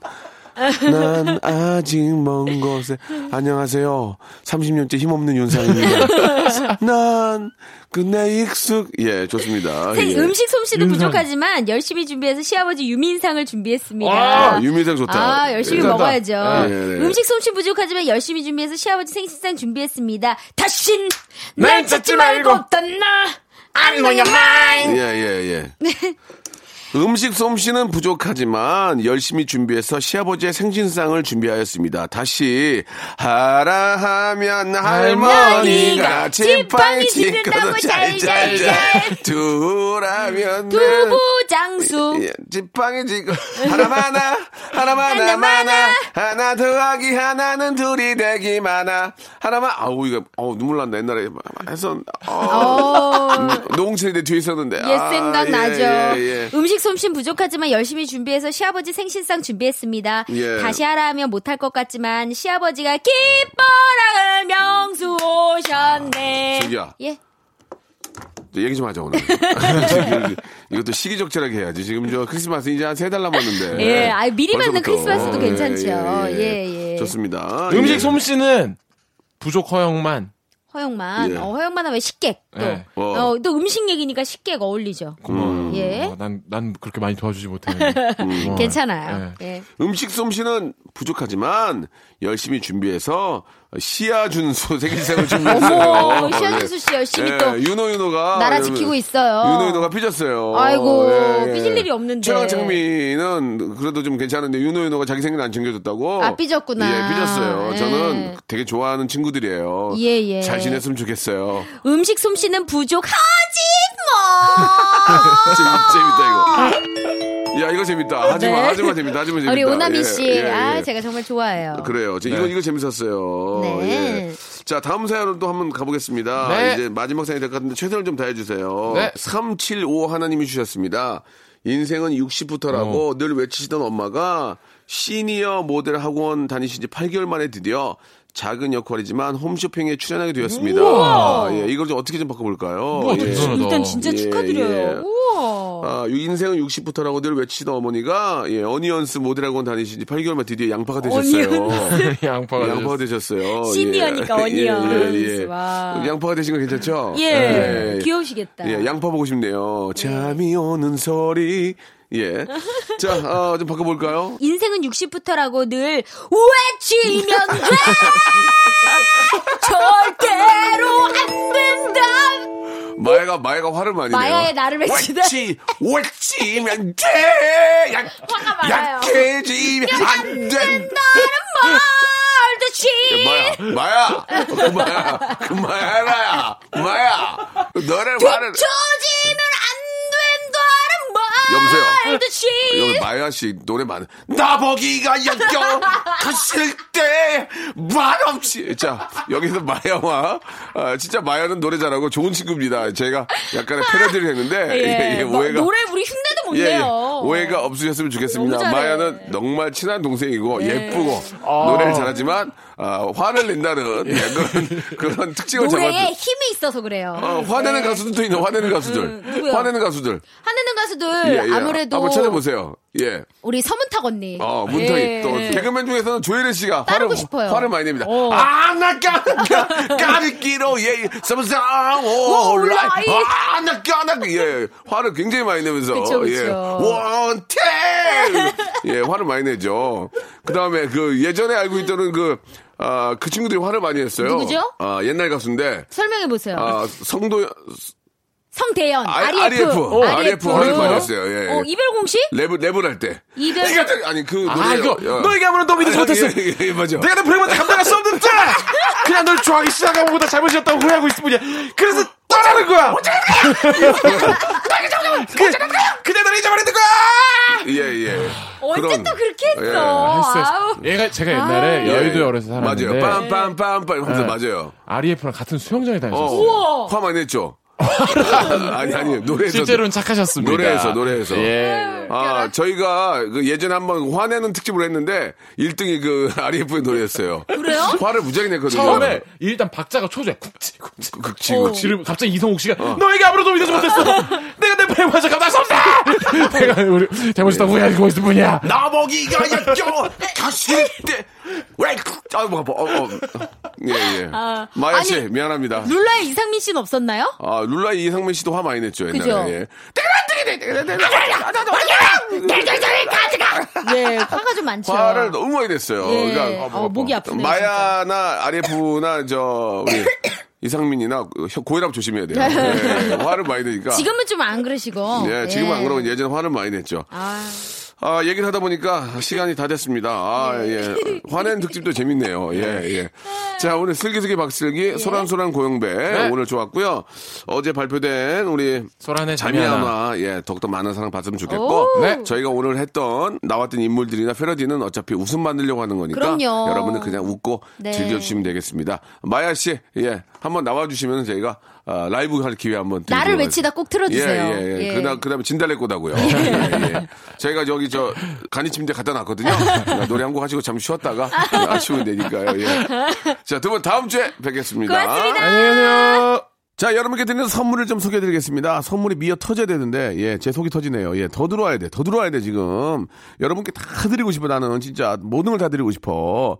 Speaker 3: 난 아직 먼 곳에 안녕하세요. 30년째 힘없는 윤상입니다. 난 그내 익숙 예 좋습니다.
Speaker 5: 생-
Speaker 3: 예.
Speaker 5: 음식 솜씨도
Speaker 2: 윤상.
Speaker 5: 부족하지만 열심히 준비해서 시아버지 유민상을 준비했습니다.
Speaker 3: 아, 유민상 좋다.
Speaker 5: 아, 열심히
Speaker 3: 예.
Speaker 5: 먹어야죠.
Speaker 3: 예, 예, 예.
Speaker 5: 음식 솜씨 부족하지만 열심히 준비해서 시아버지 생신상 준비했습니다. 다신
Speaker 2: 날
Speaker 5: 날
Speaker 2: 찾지
Speaker 5: 찾지
Speaker 2: 말고
Speaker 5: 말고 떠나. I'm on your mind.
Speaker 3: 예예예.
Speaker 5: 네.
Speaker 3: 음식 솜씨는 부족하지만 열심히 준비해서 시아버지의 생신상을 준비하였습니다. 다시 하라 하면 할머니가
Speaker 5: 할머니가
Speaker 3: 지팡이
Speaker 5: 지팡이
Speaker 3: 짚고도
Speaker 5: 짚는다고
Speaker 3: 잘잘잘
Speaker 5: 잘잘잘.
Speaker 3: 두라면
Speaker 5: 두부 장수.
Speaker 3: 예, 지팡이 짚고 하나마나 하나마나 마나 하나 더하기 하나는 둘이 되기 많아 하나만 아우 이거 어우 눈물 난다 옛날에 해서 어,
Speaker 5: 어.
Speaker 3: 음. 농촌인데 아, 예, 뒤에 있었는데.
Speaker 5: 옛 생각 나죠. 음식 아직 솜씨는 부족하지만 열심히 준비해서 시아버지 생신상 준비했습니다.
Speaker 3: 예.
Speaker 5: 다시 하라 하면 못할 것 같지만 시아버지가 기뻐라 명수 오셨네.
Speaker 3: 저기야.
Speaker 5: 예.
Speaker 3: 저 얘기 좀 하자 오늘. 지금 이것도 시기적절하게 해야지. 지금 저 크리스마스 이제 한 세 달 남았는데.
Speaker 5: 예, 아이, 미리 맞는
Speaker 3: 벌써부터.
Speaker 5: 크리스마스도 괜찮죠. 예, 예.
Speaker 3: 좋습니다.
Speaker 2: 음식
Speaker 3: 예.
Speaker 2: 솜씨는 부족 허영만
Speaker 5: 허영만.
Speaker 3: 예.
Speaker 5: 어, 허영만 하면 식객. 또.
Speaker 2: 예.
Speaker 3: 어.
Speaker 5: 어, 또 음식 얘기니까 식객 어울리죠.
Speaker 3: 음.
Speaker 5: 예.
Speaker 2: 어, 난, 난 그렇게 많이 도와주지 못했는데 어,
Speaker 5: 괜찮아요.
Speaker 2: 예.
Speaker 5: 예.
Speaker 3: 음식 솜씨는 부족하지만 열심히 준비해서 시아준수 생일상을 준비했어요.
Speaker 5: 어머, 시아준수 씨 열심히
Speaker 3: 예,
Speaker 5: 또
Speaker 3: 윤호윤호가
Speaker 5: 나라 지키고 있어요.
Speaker 3: 윤호윤호가 삐졌어요. 예,
Speaker 5: 아이고, 삐질 일이 없는데.
Speaker 3: 최강창민은 그래도 좀 괜찮은데 윤호윤호가 자기 생일 안 챙겨줬다고.
Speaker 5: 아, 삐졌구나.
Speaker 3: 예, 삐졌어요.
Speaker 5: 예.
Speaker 3: 저는 되게 좋아하는 친구들이에요.
Speaker 5: 예, 예.
Speaker 3: 잘 지냈으면 좋겠어요.
Speaker 5: 음식 솜씨는 부족하지만.
Speaker 3: 재밌, 재밌다 이거. 야 이거 재밌다. 하지마
Speaker 5: 네.
Speaker 3: 하지마 재밌다. 하지마 재밌다.
Speaker 5: 우리 오나미
Speaker 3: 예,
Speaker 5: 씨,
Speaker 3: 예, 예.
Speaker 5: 아 제가 정말 좋아해요.
Speaker 3: 그래요. 저 이거
Speaker 2: 네.
Speaker 3: 이거 재밌었어요.
Speaker 5: 네.
Speaker 3: 예. 자 다음 사연으로 또 한번 가보겠습니다.
Speaker 2: 네.
Speaker 3: 이제 마지막 사연이 될 것 같은데 최선을 좀 다해 주세요.
Speaker 2: 네.
Speaker 3: 375 하나님이 주셨습니다. 인생은
Speaker 2: 음.
Speaker 3: 60부터라고 늘 외치시던 엄마가 시니어 모델 학원 다니신 지 8개월 만에 드디어 작은 역할이지만 홈쇼핑에 출연하게 되었습니다. 아, 예, 이걸 좀 어떻게 좀 바꿔볼까요?
Speaker 2: 뭐
Speaker 3: 예.
Speaker 2: 대단하다.
Speaker 5: 일단 진짜
Speaker 3: 예,
Speaker 5: 축하드려요.
Speaker 3: 예.
Speaker 5: 우와.
Speaker 3: 아, 이 인생은 60부터라고 늘 외치던 어머니가 예, 어니언스 모델학원 다니신 지 8개월 만에 드디어 양파가 되셨어요.
Speaker 2: 예. 양파가
Speaker 3: 양파가 되셨어요.
Speaker 5: 시니어니까
Speaker 3: 예. 예,
Speaker 5: 어니언스.
Speaker 3: 예, 예.
Speaker 5: 와.
Speaker 3: 양파가 되신 거 괜찮죠?
Speaker 5: 예,
Speaker 3: 예.
Speaker 5: 귀여우시겠다.
Speaker 3: 예, 양파 보고 싶네요. 잠이 오는 소리. 예. 자, 어, 좀 바꿔볼까요?
Speaker 5: 인생은 60부터라고 늘 외치면 돼! 절대로 안 된다!
Speaker 3: 마야가, 마야가 화를 많이 내요.
Speaker 5: 마야의 나를 외치다.
Speaker 3: 옳지, 옳지면 돼! 약,
Speaker 5: 화가 많아요.
Speaker 3: 약해지면 안 된다!
Speaker 5: 말 듯이!
Speaker 3: 마야, 마야, 마야, 그 마야라야, 마야, 너를 말을
Speaker 5: 조지면 안 된다는
Speaker 3: 여보세요?
Speaker 5: 말 듯이!
Speaker 3: 여기 마야 씨 노래 많은 나보기가 역겨갔을 때 말없이 자 여기서 마야와 아, 진짜 마야는 노래 잘하고 좋은 친구입니다. 제가 약간의 패러디를 했는데 예, 예,
Speaker 5: 뭐,
Speaker 3: 오해가
Speaker 5: 노래 우리 흉내도 못
Speaker 3: 예, 예.
Speaker 5: 내요.
Speaker 3: 오해가 없으셨으면
Speaker 5: 너무
Speaker 3: 좋겠습니다.
Speaker 5: 잘해. 네.
Speaker 3: 마야는 정말 친한 동생이고 예쁘고 노래를 잘하지만 아, 화를 낸다는 예, 그런, 그런 특징을
Speaker 5: 노래에
Speaker 3: 잡았.
Speaker 5: 힘이 있어서 그래요.
Speaker 3: 어, 화내는 가수들도 있네. 화내는 가수들.
Speaker 5: 누구야?
Speaker 3: 화내는 가수들.
Speaker 5: 하는 가수들
Speaker 3: 예, 예.
Speaker 5: 네, 아무래도
Speaker 3: 한번 찾아보세요. 예.
Speaker 5: 우리 서문탁 언니.
Speaker 3: 어, 문턱이
Speaker 5: 예.
Speaker 3: 또 개그맨 중에서는 조혜련 씨가
Speaker 5: 따르고
Speaker 3: 화를
Speaker 5: 싶어요.
Speaker 3: 화를 많이 냅니다.
Speaker 5: 어.
Speaker 3: 아, 나 까, 까, 까르기로 예, 삼상 올라.
Speaker 5: 올라이.
Speaker 3: 아, 나 까, 나 까. 예, 화를 굉장히 많이 내면서
Speaker 5: 예. 그쵸, 그쵸.
Speaker 3: 예, 원태. 예, 화를 많이 내죠. 그 다음에 그 예전에 알고 있던 그 아, 그 친구들이 화를 많이 했어요.
Speaker 5: 누구죠?
Speaker 3: 아, 옛날 가수인데.
Speaker 5: 설명해 보세요.
Speaker 3: 아, 성도
Speaker 5: 성대현,
Speaker 3: 아,
Speaker 5: RF,
Speaker 3: RF. 어, RF 화를 많이 냈어요. 예, 예.
Speaker 5: 어, 이별공 씨?
Speaker 3: 랩을, 랩을 할 때.
Speaker 5: 이별-
Speaker 3: 네가 때- 아니, 그.
Speaker 2: 아 이거 너에게 아무런 도움이 되지 못했어
Speaker 3: 예, 예, 예, 맞아.
Speaker 2: 내가 너 불행마다 감당할 수 없는 자 그냥 널 좋아하기 시작하고 보다 잘못이었다고 후회하고 있을 뿐이야 그래서 떠나는 거야 그- 그냥 널 잊어버리는 거야
Speaker 3: 예, 예.
Speaker 5: 언제
Speaker 3: 그런-
Speaker 5: 또 그렇게
Speaker 3: 예,
Speaker 5: 어, 했어?
Speaker 3: 예.
Speaker 2: 했어요.
Speaker 5: 아우.
Speaker 2: 얘가 제가 옛날에
Speaker 3: 예,
Speaker 2: 여의도
Speaker 3: 예.
Speaker 2: 열에서 살았는데
Speaker 3: 맞아요. 빰빰빰빰 하면서
Speaker 2: 예.
Speaker 3: 맞아요.
Speaker 2: RF랑 같은 수영장에 다녔었어요
Speaker 3: 어. 화 많이 냈죠? 아니, 아니, 노래에서.
Speaker 2: 실제로는 착하셨습니다
Speaker 3: 노래에서, 노래에서.
Speaker 2: 예.
Speaker 3: 아, 저희가 그 예전에 한번 화내는 특집을 했는데 1등이 그 RF의 노래였어요.
Speaker 5: 그래요?
Speaker 3: 화를 무지하게 냈거든요.
Speaker 2: 처음에 일단 박자가 초조해 쿡치 쿡치
Speaker 3: 그 친구.
Speaker 2: 예. 지금 갑자기 이성욱 씨가 너에게 아무런 도움이 되지 못했어 내가 내 불행 마저 감당할 수 없다 내가 우리 잘못했다고 후회하고 있을 뿐이야
Speaker 3: 나보기가 역겨워 가실 때왜 아뭐 뭐, 어, 어. 예, 예. 마야 씨
Speaker 5: 아니,
Speaker 3: 미안합니다.
Speaker 5: 룰라의 이상민 씨는 없었나요?
Speaker 3: 아, 룰라 이상민 씨도 화 많이 냈죠, 옛날에.
Speaker 5: 그죠?
Speaker 3: 예. 내가 1등이 돼! 내가 1등이
Speaker 5: 예, 화가 좀 많죠.
Speaker 3: 화를 너무 많이 냈어요.
Speaker 5: 예.
Speaker 3: 그러니까
Speaker 5: 어, 목이 아프네요.
Speaker 3: 마야나 RF나 저 우리 이상민이나 혀- 고혈압 조심해야 돼요. 예, 화를 많이 내니까.
Speaker 5: 진짜. 네. 지금은 좀 안 그러시고.
Speaker 3: 예, 지금은 안 그러면 예전에 화를 많이 냈죠.
Speaker 5: 아,
Speaker 3: 아, 얘기를
Speaker 5: 네.
Speaker 3: 하다 보니까 시간이 다 됐습니다. 아, 예. 화낸 특집도 재밌네요. 예, 예. 자, 오늘 슬기슬기
Speaker 5: 예.
Speaker 3: 박슬기, 소란소란 고영배.
Speaker 5: 네.
Speaker 3: 오늘 좋았고요. 어제 발표된 우리
Speaker 2: 소란의 자미야나.
Speaker 3: 자미야나, 예, 더욱더 많은 사랑 받으면 좋겠고.
Speaker 5: 오.
Speaker 2: 네.
Speaker 3: 저희가 오늘 했던, 나왔던 인물들이나 패러디는 어차피 웃음 만들려고 하는 거니까.
Speaker 5: 그럼요.
Speaker 3: 여러분들 그냥 웃고
Speaker 5: 네.
Speaker 3: 즐겨주시면 되겠습니다. 마야 씨, 예, 한번 나와주시면 저희가 아, 라이브 할 기회 한번 드리도록
Speaker 5: 나를
Speaker 3: 하겠습니다.
Speaker 5: 외치다 꼭 틀어주세요.
Speaker 3: 예, 예, 예.
Speaker 5: 예.
Speaker 3: 그다, 그다음에 진달래꽃하고요. 예, 예. 저희가 저기 저 간이 침대 갖다 놨거든요. 그러니까 노래 한 곡 하시고 잠시 쉬었다가 아쉬우면 되니까요. 예. 자, 두 분 다음 주에 뵙겠습니다.
Speaker 5: 고맙습니다.
Speaker 2: 안녕하세요.
Speaker 3: 자, 여러분께 드리는 선물을 좀 소개해 드리겠습니다. 선물이 미어 터져야 되는데, 예, 제 속이 터지네요. 예, 더 들어와야 돼. 더 들어와야 돼, 지금. 여러분께 다 드리고 싶어, 나는. 진짜 모든 걸 다 드리고 싶어.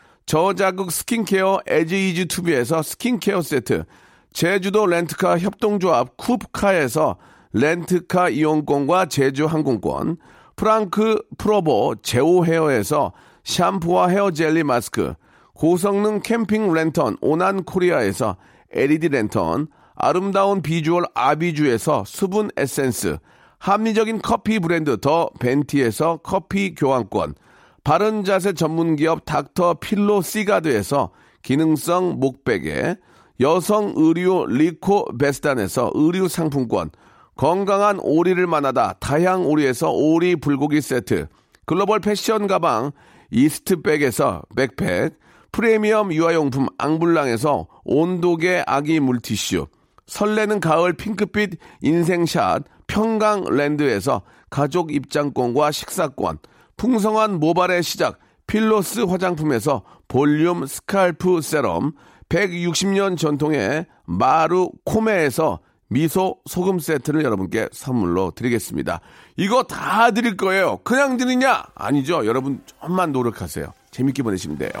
Speaker 3: 저자극 스킨케어 에지이지 투비에서 스킨케어 세트, 제주도 렌트카 협동조합 쿱카에서 렌트카 이용권과 제주 항공권, 프랑크 프로보 제오 헤어에서 샴푸와 헤어 젤리 마스크, 고성능 캠핑 랜턴 오난 코리아에서 LED 랜턴, 아름다운 비주얼 아비주에서 수분 에센스, 합리적인 커피 브랜드 더 벤티에서 커피 교환권, 바른 자세 전문 기업 닥터 필로 시가드에서 기능성 목베개, 여성 의류 리코 베스단에서 의류 상품권, 건강한 오리를 만나다 다양 오리에서 오리 불고기 세트, 글로벌 패션 가방 이스트백에서 백팩, 프리미엄 유아용품 앙블랑에서 온도계 아기 물티슈, 설레는 가을 핑크빛 인생샷 평강랜드에서 가족 입장권과 식사권, 풍성한 모발의 시작 필로스 화장품에서 볼륨 스칼프 세럼, 160년 전통의 마루 코메에서 미소 소금 세트를 여러분께 선물로 드리겠습니다. 이거 다 드릴 거예요. 그냥 드리냐? 아니죠. 여러분 좀만 노력하세요. 재밌게 보내시면 돼요.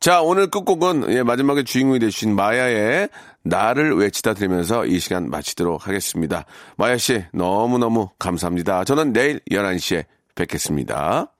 Speaker 3: 자, 오늘 끝곡은 예, 마지막에 주인공이 되신 마야의 나를 외치다 들으면서 이 시간 마치도록 하겠습니다. 마야 씨, 너무너무 감사합니다. 저는 내일 11시에 뵙겠습니다.